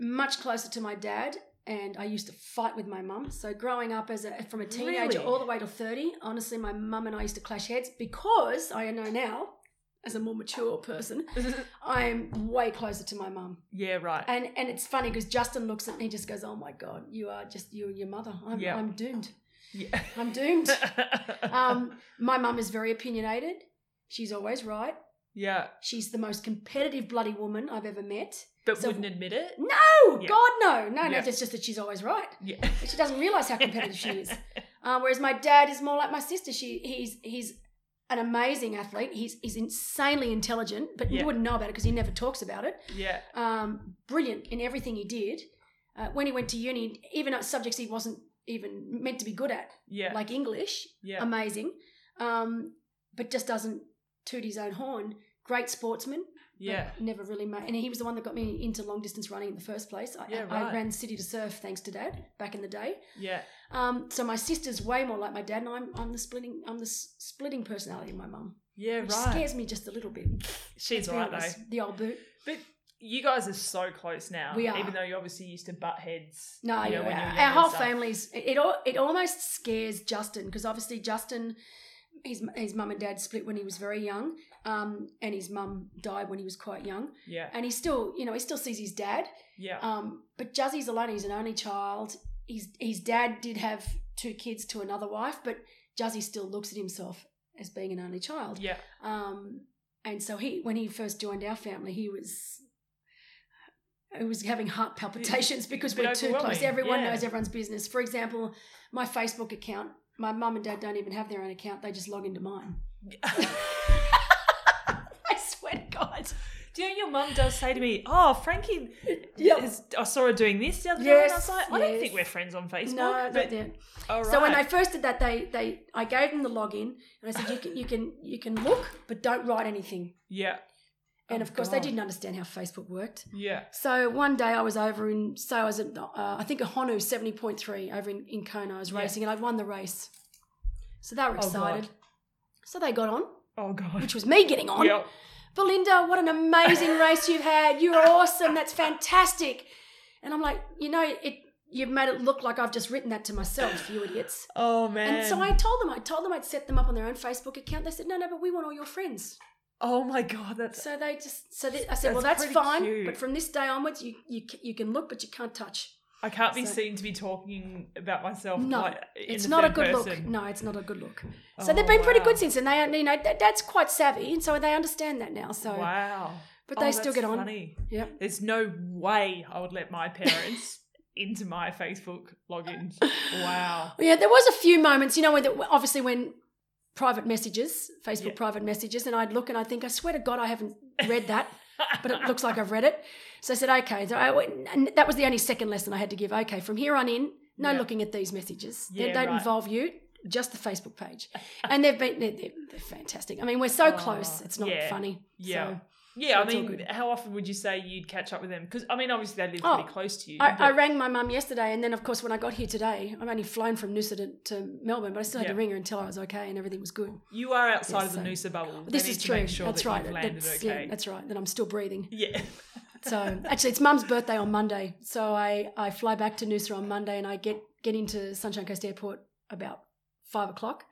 Speaker 2: much closer to my dad, and I used to fight with my mum. So growing up as a, from a
Speaker 1: Really?
Speaker 2: teenager all the way to thirty, honestly, my mum and I used to clash heads because I know now, as a more mature person, I'm way closer to my mum.
Speaker 1: yeah, right.
Speaker 2: And and it's funny because Justin looks at me, and just goes, "Oh my god, you are just you and your mother. I'm
Speaker 1: Yeah.
Speaker 2: I'm doomed.
Speaker 1: yeah. <laughs>
Speaker 2: I'm doomed." um, my mum is very opinionated. She's always right.
Speaker 1: yeah,
Speaker 2: She's the most competitive bloody woman I've ever met.
Speaker 1: but
Speaker 2: so-
Speaker 1: wouldn't admit it.
Speaker 2: No,
Speaker 1: Yeah.
Speaker 2: Oh, God, no, no, no.
Speaker 1: Yeah.
Speaker 2: It's just that she's always right.
Speaker 1: Yeah. <laughs>
Speaker 2: She doesn't realise how competitive she is. Uh, whereas my dad is more like my sister. She, he's, he's an amazing athlete. He's, he's insanely intelligent, but
Speaker 1: Yeah.
Speaker 2: you wouldn't know about it because he never talks about it.
Speaker 1: Yeah.
Speaker 2: Um, brilliant in everything he did. Uh, when he went to uni, even at subjects he wasn't even meant to be good at,
Speaker 1: Yeah.
Speaker 2: like English,
Speaker 1: yeah.
Speaker 2: amazing, um, but just doesn't toot his own horn. Great sportsman, but
Speaker 1: yeah.
Speaker 2: Never really made. And he was the one that got me into long distance running in the first place. I,
Speaker 1: Yeah,
Speaker 2: I
Speaker 1: right.
Speaker 2: ran city to surf thanks to dad back in the day.
Speaker 1: Yeah.
Speaker 2: Um, so my sister's way more like my dad, and I'm, I'm the splitting I'm the s- splitting personality of my mum,
Speaker 1: Yeah.
Speaker 2: which
Speaker 1: Right.
Speaker 2: scares me just a little bit.
Speaker 1: She's
Speaker 2: Let's be
Speaker 1: all right
Speaker 2: honest,
Speaker 1: though.
Speaker 2: The old boot.
Speaker 1: But you guys are so close now.
Speaker 2: We are.
Speaker 1: Even though you obviously used to butt heads.
Speaker 2: No,
Speaker 1: you
Speaker 2: yeah,
Speaker 1: know, when you were young
Speaker 2: our
Speaker 1: and
Speaker 2: whole
Speaker 1: stuff.
Speaker 2: family's it. it al- It almost scares Justin because obviously Justin, his his mum and dad split when he was very young, um, and his mum died when he was quite young,
Speaker 1: Yeah.
Speaker 2: and he still you know he still sees his dad.
Speaker 1: Yeah.
Speaker 2: Um, but Juzzy's alone. He's an only child. His his dad did have two kids to another wife, but Juzzy still looks at himself as being an only child.
Speaker 1: yeah.
Speaker 2: Um, and so he when he first joined our family, he was he was having
Speaker 1: <laughs>
Speaker 2: heart palpitations because
Speaker 1: bit
Speaker 2: we're too close.
Speaker 1: overwhelming,
Speaker 2: Everyone
Speaker 1: yeah.
Speaker 2: knows everyone's business. For example, my Facebook account. My mum and dad don't even have their own account. They just log
Speaker 1: <laughs>
Speaker 2: into mine. I swear to God.
Speaker 1: Do you know your mum does say to me, "Oh, Frankie,
Speaker 2: Yep.
Speaker 1: is, I saw her doing this the other day," and I was
Speaker 2: Yes,
Speaker 1: like, "I don't
Speaker 2: yes.
Speaker 1: think we're friends on Facebook."
Speaker 2: No,
Speaker 1: but
Speaker 2: not there.
Speaker 1: all right.
Speaker 2: So when they first did that, they they I gave them the login and I said you can you can you can look but don't write anything.
Speaker 1: yeah, Oh,
Speaker 2: And of course
Speaker 1: God.
Speaker 2: they didn't understand how Facebook worked.
Speaker 1: yeah,
Speaker 2: So one day I was over in so I was at uh, I think a Honu seventy point three over in, in Kona. I was
Speaker 1: Yeah. Oh,
Speaker 2: racing and I won the race. So they were
Speaker 1: God.
Speaker 2: excited. so they got on,
Speaker 1: oh god,
Speaker 2: which was me getting on.
Speaker 1: yeah,
Speaker 2: Belinda, what an
Speaker 1: <laughs>
Speaker 2: amazing race you've had. You're awesome. That's fantastic. And I'm like, you know, it you've made it look like I've just written that to myself, you idiots.
Speaker 1: oh man,
Speaker 2: And so I told them, I told them I'd set them up on their own Facebook account. They said, no, no, but we want all your friends.
Speaker 1: oh my god, that's
Speaker 2: So they just, so they, I said,
Speaker 1: That's
Speaker 2: well, that's
Speaker 1: pretty
Speaker 2: fine,
Speaker 1: cute.
Speaker 2: but from this day onwards, you, you c- you can look, but you can't touch.
Speaker 1: I can't be
Speaker 2: so-
Speaker 1: seen to be talking about myself.
Speaker 2: No,
Speaker 1: like, in
Speaker 2: it's
Speaker 1: the
Speaker 2: not a
Speaker 1: third
Speaker 2: good look.
Speaker 1: person.
Speaker 2: No, it's not a good look. So
Speaker 1: Oh,
Speaker 2: they've been pretty
Speaker 1: wow.
Speaker 2: good since, and they, you know, that, that's quite savvy, and so they understand that now. So,
Speaker 1: Wow,
Speaker 2: but
Speaker 1: Oh,
Speaker 2: they still
Speaker 1: that's
Speaker 2: get on.
Speaker 1: Funny.
Speaker 2: Yep.
Speaker 1: There's no way I would let my parents
Speaker 2: <laughs>
Speaker 1: into my Facebook logins. Wow.
Speaker 2: Yeah, there was a few moments, you know, when the, obviously when private messages, Facebook
Speaker 1: Yeah.
Speaker 2: private messages, and I'd look and I think, I swear to God, I haven't read that. but it looks like I've read it. So I said, okay. So I, went- and that was the only second lesson I had to give. Okay, from here on in, no
Speaker 1: Yeah.
Speaker 2: looking at these messages.
Speaker 1: Yeah,
Speaker 2: they don't
Speaker 1: right.
Speaker 2: involve you. just the Facebook page, and they've been they're, they're, they're fantastic. I mean, we're so
Speaker 1: Oh,
Speaker 2: close; it's not
Speaker 1: yeah.
Speaker 2: funny.
Speaker 1: <laughs> Yeah.
Speaker 2: So
Speaker 1: Yeah, I
Speaker 2: That's all
Speaker 1: mean,
Speaker 2: good.
Speaker 1: how often would you say you'd catch up with them? Because I mean, obviously they live
Speaker 2: Oh,
Speaker 1: pretty close to you.
Speaker 2: I, I
Speaker 1: but-
Speaker 2: rang my mum yesterday, and then of course when I got here today, I've only flown from Noosa to, to Melbourne, but I still had
Speaker 1: Yeah.
Speaker 2: to ring her and tell her I was okay and everything was good.
Speaker 1: you are outside
Speaker 2: Yes,
Speaker 1: of the
Speaker 2: so-
Speaker 1: Noosa bubble. They
Speaker 2: this
Speaker 1: need
Speaker 2: is
Speaker 1: to
Speaker 2: true.
Speaker 1: Make sure
Speaker 2: that's
Speaker 1: that
Speaker 2: right.
Speaker 1: You've
Speaker 2: That-
Speaker 1: landed
Speaker 2: that's, yeah,
Speaker 1: okay.
Speaker 2: that's right. That I'm still breathing.
Speaker 1: <laughs> yeah.
Speaker 2: So actually, it's Mum's birthday on Monday. So I, I fly back to Noosa on Monday and I get, get into Sunshine Coast Airport about five o'clock.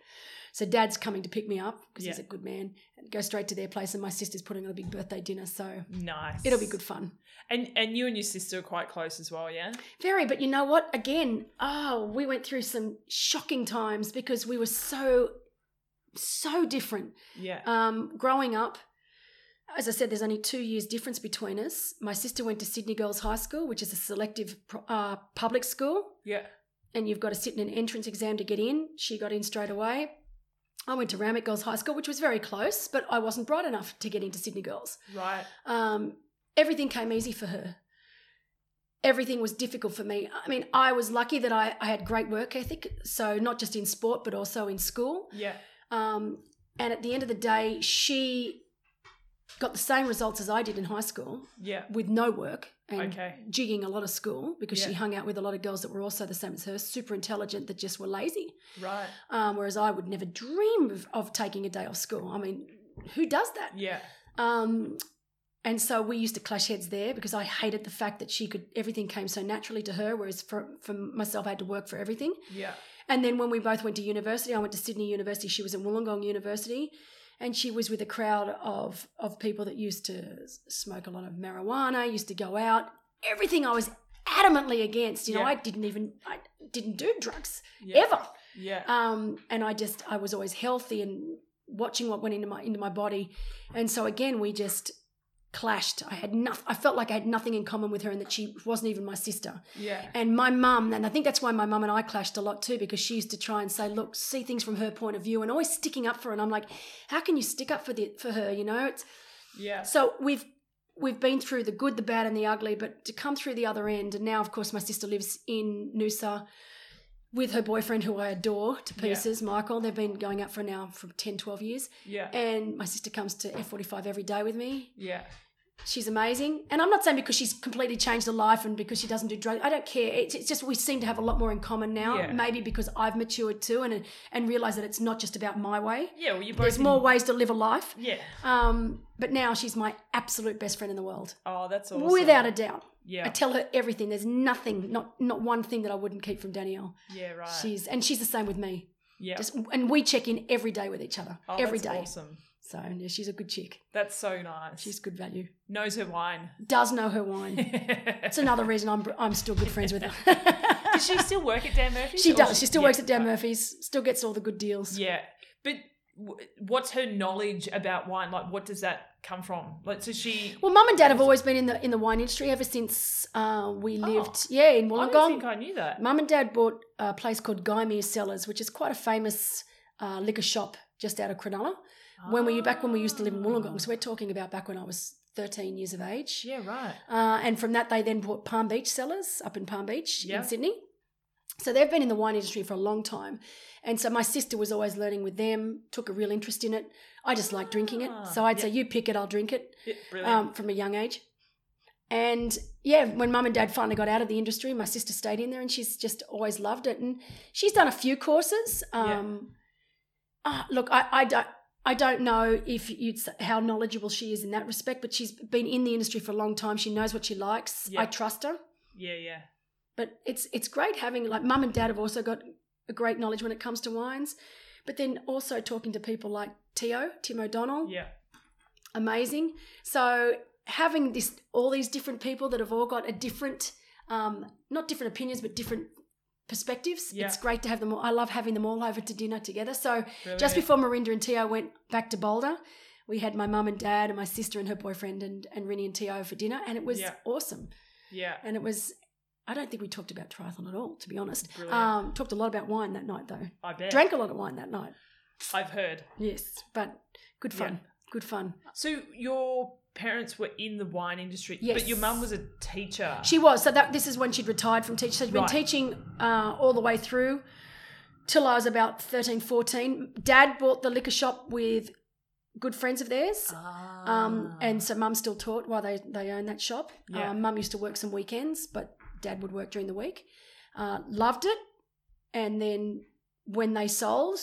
Speaker 2: So Dad's coming to pick me up because he's a
Speaker 1: Yeah.
Speaker 2: good man. And go straight to their place, and my sister's putting on a big birthday dinner. So
Speaker 1: Nice.
Speaker 2: it'll be good fun.
Speaker 1: And and you and your sister are quite close as well, yeah.
Speaker 2: Very, but you know what? Again, oh, we went through some shocking times because we were so, so different.
Speaker 1: Yeah.
Speaker 2: Um, growing up, as I said, there's only two years difference between us. My sister went to Sydney Girls High School, which is a selective pro- uh, public school,
Speaker 1: yeah.
Speaker 2: and you've got to sit in an entrance exam to get in. She got in straight away. I went to Ramwick Girls High School, which was very close, but I wasn't bright enough to get into Sydney Girls.
Speaker 1: Right.
Speaker 2: Um, everything came easy for her. Everything was difficult for me. I mean, I was lucky that I, I had great work ethic, so not just in sport, but also in school.
Speaker 1: Yeah.
Speaker 2: Um, and at the end of the day, she got the same results as I did in high school
Speaker 1: Yeah.
Speaker 2: with no work and
Speaker 1: Okay.
Speaker 2: jigging a lot of school because she
Speaker 1: Yeah.
Speaker 2: hung out with a lot of girls that were also the same as her, super intelligent that just were lazy.
Speaker 1: Right.
Speaker 2: Um, whereas I would never dream of, of taking a day off school. I mean, who does that?
Speaker 1: Yeah.
Speaker 2: Um, and so we used to clash heads there because I hated the fact that she could, everything came so naturally to her, whereas for, for myself, I had to work for everything.
Speaker 1: Yeah.
Speaker 2: And then when we both went to university, I went to Sydney University, she was at Wollongong University, and she was with a crowd of of people that used to s- smoke a lot of marijuana, used to go out. Everything I was adamantly against. You know,
Speaker 1: Yeah.
Speaker 2: I didn't even I didn't do drugs
Speaker 1: Yeah.
Speaker 2: ever.
Speaker 1: Yeah.
Speaker 2: Um, and I just I was always healthy and watching what went into my into my body. And so again, we just clashed. I had nothing. I felt like I had nothing in common with her, and that she wasn't even my sister.
Speaker 1: yeah.
Speaker 2: And my mum, and I think that's why my mum and I clashed a lot too, because she used to try and say, look, see things from her point of view and always sticking up for her. And I'm like, how can you stick up for the for her? You know? It's,
Speaker 1: Yeah.
Speaker 2: so we've we've been through the good, the bad, and the ugly, but to come through the other end, and now of course my sister lives in Noosa with her boyfriend who I adore to
Speaker 1: Yeah.
Speaker 2: pieces, Michael. They've been going out for now for 10, 12 years.
Speaker 1: Yeah.
Speaker 2: And my sister comes to F45 every day with me.
Speaker 1: Yeah.
Speaker 2: She's amazing. And I'm not saying because she's completely changed her life and because she doesn't do drugs. I don't care. It's, it's just we seem to have a lot more in common now.
Speaker 1: Yeah.
Speaker 2: Maybe because I've matured too and and realized that it's not just about my way.
Speaker 1: Yeah. Well, you both.
Speaker 2: There's
Speaker 1: in-
Speaker 2: more ways to live a life.
Speaker 1: Yeah.
Speaker 2: Um, but now she's my absolute best friend in the world.
Speaker 1: Oh, that's awesome.
Speaker 2: Without a doubt. I
Speaker 1: Yeah.
Speaker 2: tell her everything. There's nothing, not not one thing that I wouldn't keep from Danielle.
Speaker 1: Yeah. Right.
Speaker 2: She's and she's the same with me.
Speaker 1: yeah.
Speaker 2: Just and we check in every day with each other.
Speaker 1: oh,
Speaker 2: every
Speaker 1: that's
Speaker 2: day.
Speaker 1: Awesome.
Speaker 2: So yeah, she's a good chick.
Speaker 1: That's so nice.
Speaker 2: She's good value.
Speaker 1: knows her
Speaker 2: <laughs>
Speaker 1: wine. <laughs>
Speaker 2: Does know her wine. It's
Speaker 1: Does
Speaker 2: another reason I'm I'm still good friends with her.
Speaker 1: she still work at Dan Murphy's?
Speaker 2: <laughs> she
Speaker 1: or-
Speaker 2: does. She still
Speaker 1: Yeah,
Speaker 2: works at Dan
Speaker 1: right.
Speaker 2: Murphy's. Still gets all the good deals.
Speaker 1: Yeah, but w- what's her knowledge about wine? Like, what does that come from? Like, so she.
Speaker 2: Well, Mum and Dad have always been in the in the wine industry ever since uh, we lived. Yeah, in
Speaker 1: Oh. I don't think
Speaker 2: Wollongong.
Speaker 1: I knew that.
Speaker 2: Mum and Dad bought a place called Guymere's Cellars, which is quite a famous uh, liquor shop just out of Cronulla. When were you back when we used to live in Wollongong? So we're talking about back when I was 13 years of age.
Speaker 1: Yeah, right.
Speaker 2: Uh, and from that, they then bought Palm Beach Cellars up in Palm Beach
Speaker 1: Yeah.
Speaker 2: in Sydney. So they've been in the wine industry for a long time. And so my sister was always learning with them, took a real interest in it. I just like drinking it. So I'd
Speaker 1: Ah,
Speaker 2: say, you pick it, I'll drink it
Speaker 1: Yeah, brilliant.
Speaker 2: um, from a young age. And yeah, when mum and dad finally got out of the industry, my sister stayed in there and she's just always loved it. And she's done a few courses.
Speaker 1: Yeah.
Speaker 2: Um, ah, look, I, I don't. I don't know if you'd s- how knowledgeable she is in that respect, but she's been in the industry for a long time. She knows what she likes.
Speaker 1: Yeah.
Speaker 2: I trust her.
Speaker 1: yeah, yeah,
Speaker 2: But it's it's great having like mum and dad have also got a great knowledge when it comes to wines, but then also talking to people like Tio Tim O'Donnell,
Speaker 1: yeah,
Speaker 2: amazing. So having this all these different people that have all got a different um not different opinions but different perspectives.
Speaker 1: Yeah.
Speaker 2: It's great to have them all. I love having them all over to dinner together. So
Speaker 1: brilliant.
Speaker 2: just before Marinda and Tio went back to Boulder, we had my mum and dad and my sister and her boyfriend and and Rinny and Tio for dinner and it was
Speaker 1: Yeah.
Speaker 2: awesome.
Speaker 1: Yeah,
Speaker 2: And it was I don't think we talked about triathlon at all, to be honest.
Speaker 1: Brilliant.
Speaker 2: Um, talked a lot about wine that night, though.
Speaker 1: I bet.
Speaker 2: Drank a lot of wine that night.
Speaker 1: I've heard.
Speaker 2: Yes, but good
Speaker 1: Yeah.
Speaker 2: fun. Good fun.
Speaker 1: So your parents were in the wine industry,
Speaker 2: Yes.
Speaker 1: but your mum was a teacher.
Speaker 2: She was. So that this is when she'd retired from teaching. So she'd been
Speaker 1: Right.
Speaker 2: teaching uh, all the way through till I was about 13, 14. Dad bought the liquor shop with good friends of theirs.
Speaker 1: Ah.
Speaker 2: Um, and so mum still taught while they, they owned that shop.
Speaker 1: Yeah.
Speaker 2: Um, mum used to work some weekends, but dad would work during the week. Uh, loved it. And then when they sold,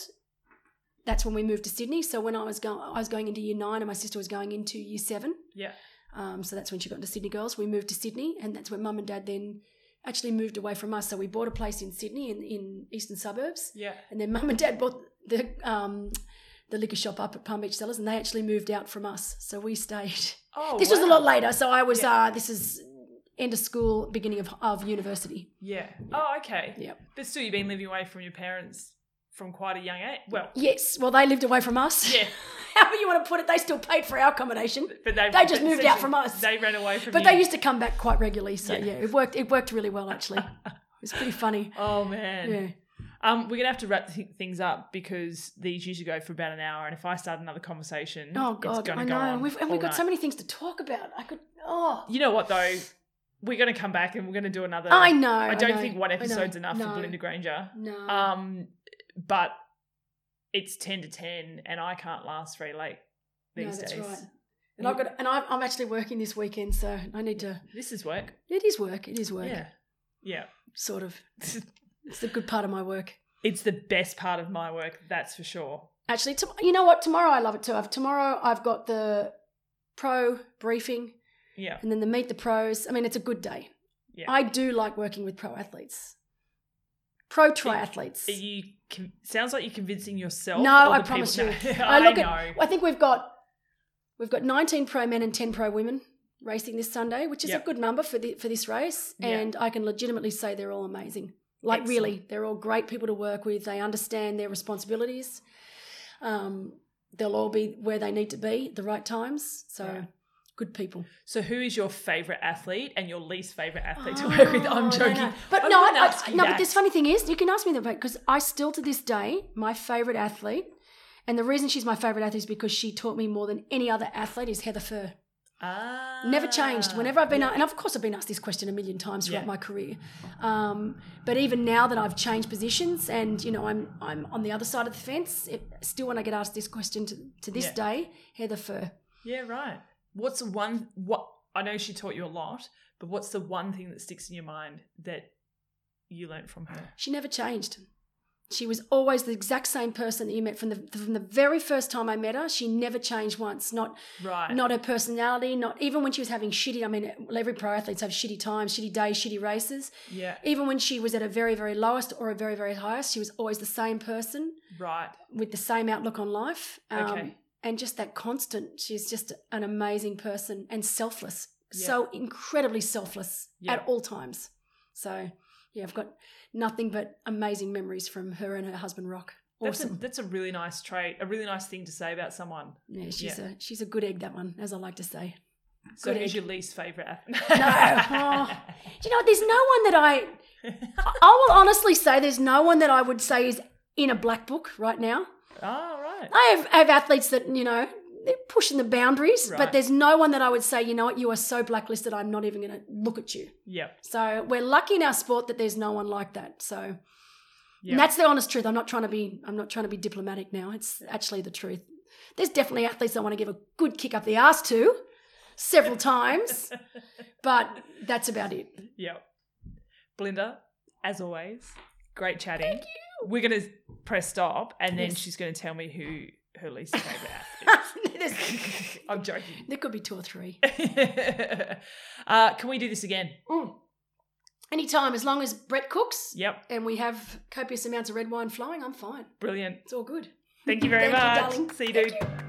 Speaker 2: that's when we moved to Sydney. So when I was going, I was going into year nine, and my sister was going into year seven.
Speaker 1: Yeah.
Speaker 2: Um, so that's when she got into Sydney Girls. We moved to Sydney, and that's when mum and dad then actually moved away from us. So we bought a place in Sydney in, in eastern suburbs,
Speaker 1: Yeah.
Speaker 2: and then mum and dad bought the um, the liquor shop up at Palm Beach Cellars, and they actually moved out from us. So we stayed.
Speaker 1: Oh,
Speaker 2: this was a
Speaker 1: wow.
Speaker 2: lot later. So I was uh, this is end of school, beginning of of university.
Speaker 1: Yeah. Oh, okay.
Speaker 2: Yep.
Speaker 1: But still, you've been living away from your parents from quite a young age. Well,
Speaker 2: Yes, well they lived away from us.
Speaker 1: yeah,
Speaker 2: <laughs> However you want to put it, they still paid for our accommodation.
Speaker 1: but they
Speaker 2: They just
Speaker 1: but
Speaker 2: moved
Speaker 1: essentially
Speaker 2: out from us.
Speaker 1: They ran away from.
Speaker 2: But
Speaker 1: you.
Speaker 2: they used to come back quite regularly, so
Speaker 1: Yeah.
Speaker 2: yeah, it worked. It worked really well,
Speaker 1: <laughs>
Speaker 2: actually. it was pretty funny.
Speaker 1: Oh man.
Speaker 2: Yeah,
Speaker 1: Um, we're gonna have to wrap th- things up because these usually go for about an hour, and if I start another conversation,
Speaker 2: Oh God,
Speaker 1: it's gonna
Speaker 2: I
Speaker 1: go
Speaker 2: know.
Speaker 1: on
Speaker 2: We've, and we've
Speaker 1: all
Speaker 2: got
Speaker 1: night.
Speaker 2: so many things to talk about. I could. Oh,
Speaker 1: You know what though? We're gonna come back and we're gonna do another.
Speaker 2: I know.
Speaker 1: I don't
Speaker 2: know,
Speaker 1: think one
Speaker 2: I know.
Speaker 1: episode's enough
Speaker 2: no,
Speaker 1: for Belinda Granger.
Speaker 2: No.
Speaker 1: Um, but it's ten to ten, and I can't last very late
Speaker 2: no,
Speaker 1: these
Speaker 2: that's
Speaker 1: days.
Speaker 2: right. And I've got. And I've, I'm actually working this weekend, so I need to.
Speaker 1: This is work.
Speaker 2: It is work. It is work.
Speaker 1: Yeah, yeah. <laughs>
Speaker 2: Sort of. It's the good part of my work.
Speaker 1: it's the best part of my work, that's for sure.
Speaker 2: Actually, to, you know what? Tomorrow I love it too. I've, tomorrow I've got the pro briefing
Speaker 1: Yeah.
Speaker 2: and then the meet the pros. I mean, it's a good day.
Speaker 1: Yeah.
Speaker 2: I do like working with pro athletes, pro triathletes.
Speaker 1: Are you con- sounds like you're convincing yourself.
Speaker 2: No,
Speaker 1: or
Speaker 2: I
Speaker 1: the
Speaker 2: promise
Speaker 1: people-
Speaker 2: you.
Speaker 1: No, <laughs> I,
Speaker 2: I look
Speaker 1: know.
Speaker 2: at. I think we've got we've got 19 pro men and 10 pro women racing this Sunday, which is
Speaker 1: Yep.
Speaker 2: a good number for the for this race.
Speaker 1: Yeah.
Speaker 2: And I can legitimately say they're all amazing. Like
Speaker 1: Excellent.
Speaker 2: really, they're all great people to work with. They understand their responsibilities. Um, they'll all be where they need to be at the right times. So.
Speaker 1: Yeah.
Speaker 2: Good people.
Speaker 1: so, who is your favorite athlete and your least favorite athlete
Speaker 2: <laughs>
Speaker 1: to work with?
Speaker 2: Oh,
Speaker 1: I'm
Speaker 2: no,
Speaker 1: joking,
Speaker 2: no. But
Speaker 1: I
Speaker 2: no,
Speaker 1: wouldn't
Speaker 2: I,
Speaker 1: ask
Speaker 2: I,
Speaker 1: you
Speaker 2: no.
Speaker 1: that.
Speaker 2: But this funny thing is, you can ask me that because I still to this day my favorite athlete, and the reason she's my favorite athlete is because she taught me more than any other athlete is Heather Furr.
Speaker 1: Ah,
Speaker 2: Never changed. Whenever I've been,
Speaker 1: yeah.
Speaker 2: and of course I've been asked this question a million times throughout
Speaker 1: Yeah.
Speaker 2: my career. Um, but even now that I've changed positions, and you know I'm I'm on the other side of the fence, it, still when I get asked this question to, to this
Speaker 1: Yeah.
Speaker 2: day, Heather Fur.
Speaker 1: yeah, right. What's the one? What I know she taught you a lot, but what's the one thing that sticks in your mind that you learnt from her?
Speaker 2: She never changed. She was always the exact same person that you met from the from the very first time I met her. She never changed once. Not
Speaker 1: Right.
Speaker 2: not her personality. Not even when she was having shitty. I mean, well, every pro athletes have shitty times, shitty days, shitty races.
Speaker 1: Yeah.
Speaker 2: Even when she was at a very very lowest or a very very highest, she was always the same person.
Speaker 1: Right.
Speaker 2: with the same outlook on life. Um,
Speaker 1: Okay.
Speaker 2: And just that constant. She's just an amazing person and selfless.
Speaker 1: Yeah.
Speaker 2: So incredibly selfless
Speaker 1: Yeah.
Speaker 2: at all times. So, yeah, I've got nothing but amazing memories from her and her husband, Rock.
Speaker 1: That's a,
Speaker 2: Awesome.
Speaker 1: that's a really nice trait, a really nice thing to say about someone.
Speaker 2: yeah, she's a she's a good egg, that one, as I like to say.
Speaker 1: So
Speaker 2: Good
Speaker 1: who's
Speaker 2: egg.
Speaker 1: your least favourite athlete?
Speaker 2: <laughs> No. Oh.
Speaker 1: <laughs>
Speaker 2: Do you know what? There's no one that I I will honestly say there's no one that I would say is in a black book right now.
Speaker 1: oh, right.
Speaker 2: I have, I have athletes that, you know, they're pushing the boundaries,
Speaker 1: Right.
Speaker 2: but there's no one that I would say, you know what, you are so blacklisted, I'm not even going to look at you.
Speaker 1: Yep.
Speaker 2: So we're lucky in our sport that there's no one like that. So
Speaker 1: Yeah.
Speaker 2: and that's the honest truth. I'm not trying to be, I'm not trying to be diplomatic now. It's actually the truth. There's definitely athletes I want to give a good kick up the ass to several
Speaker 1: <laughs>
Speaker 2: times, but that's about it. <laughs>
Speaker 1: Yep. Belinda, as always, great chatting. Thank you. We're going to press stop and then
Speaker 2: Yes.
Speaker 1: she's going to tell me who her
Speaker 2: <laughs>
Speaker 1: least favourite athlete
Speaker 2: There's-
Speaker 1: is. <laughs> I'm
Speaker 2: <laughs>
Speaker 1: joking. <laughs>
Speaker 2: there could be two or three.
Speaker 1: uh, can we do this again?
Speaker 2: Mm. Anytime, as long as Brett cooks
Speaker 1: Yep.
Speaker 2: and we have copious amounts of red wine flowing, I'm fine.
Speaker 1: Brilliant.
Speaker 2: It's all good.
Speaker 1: Thank you very
Speaker 2: Thank you,
Speaker 1: much.
Speaker 2: darling.
Speaker 1: See you,
Speaker 2: Thank
Speaker 1: dude.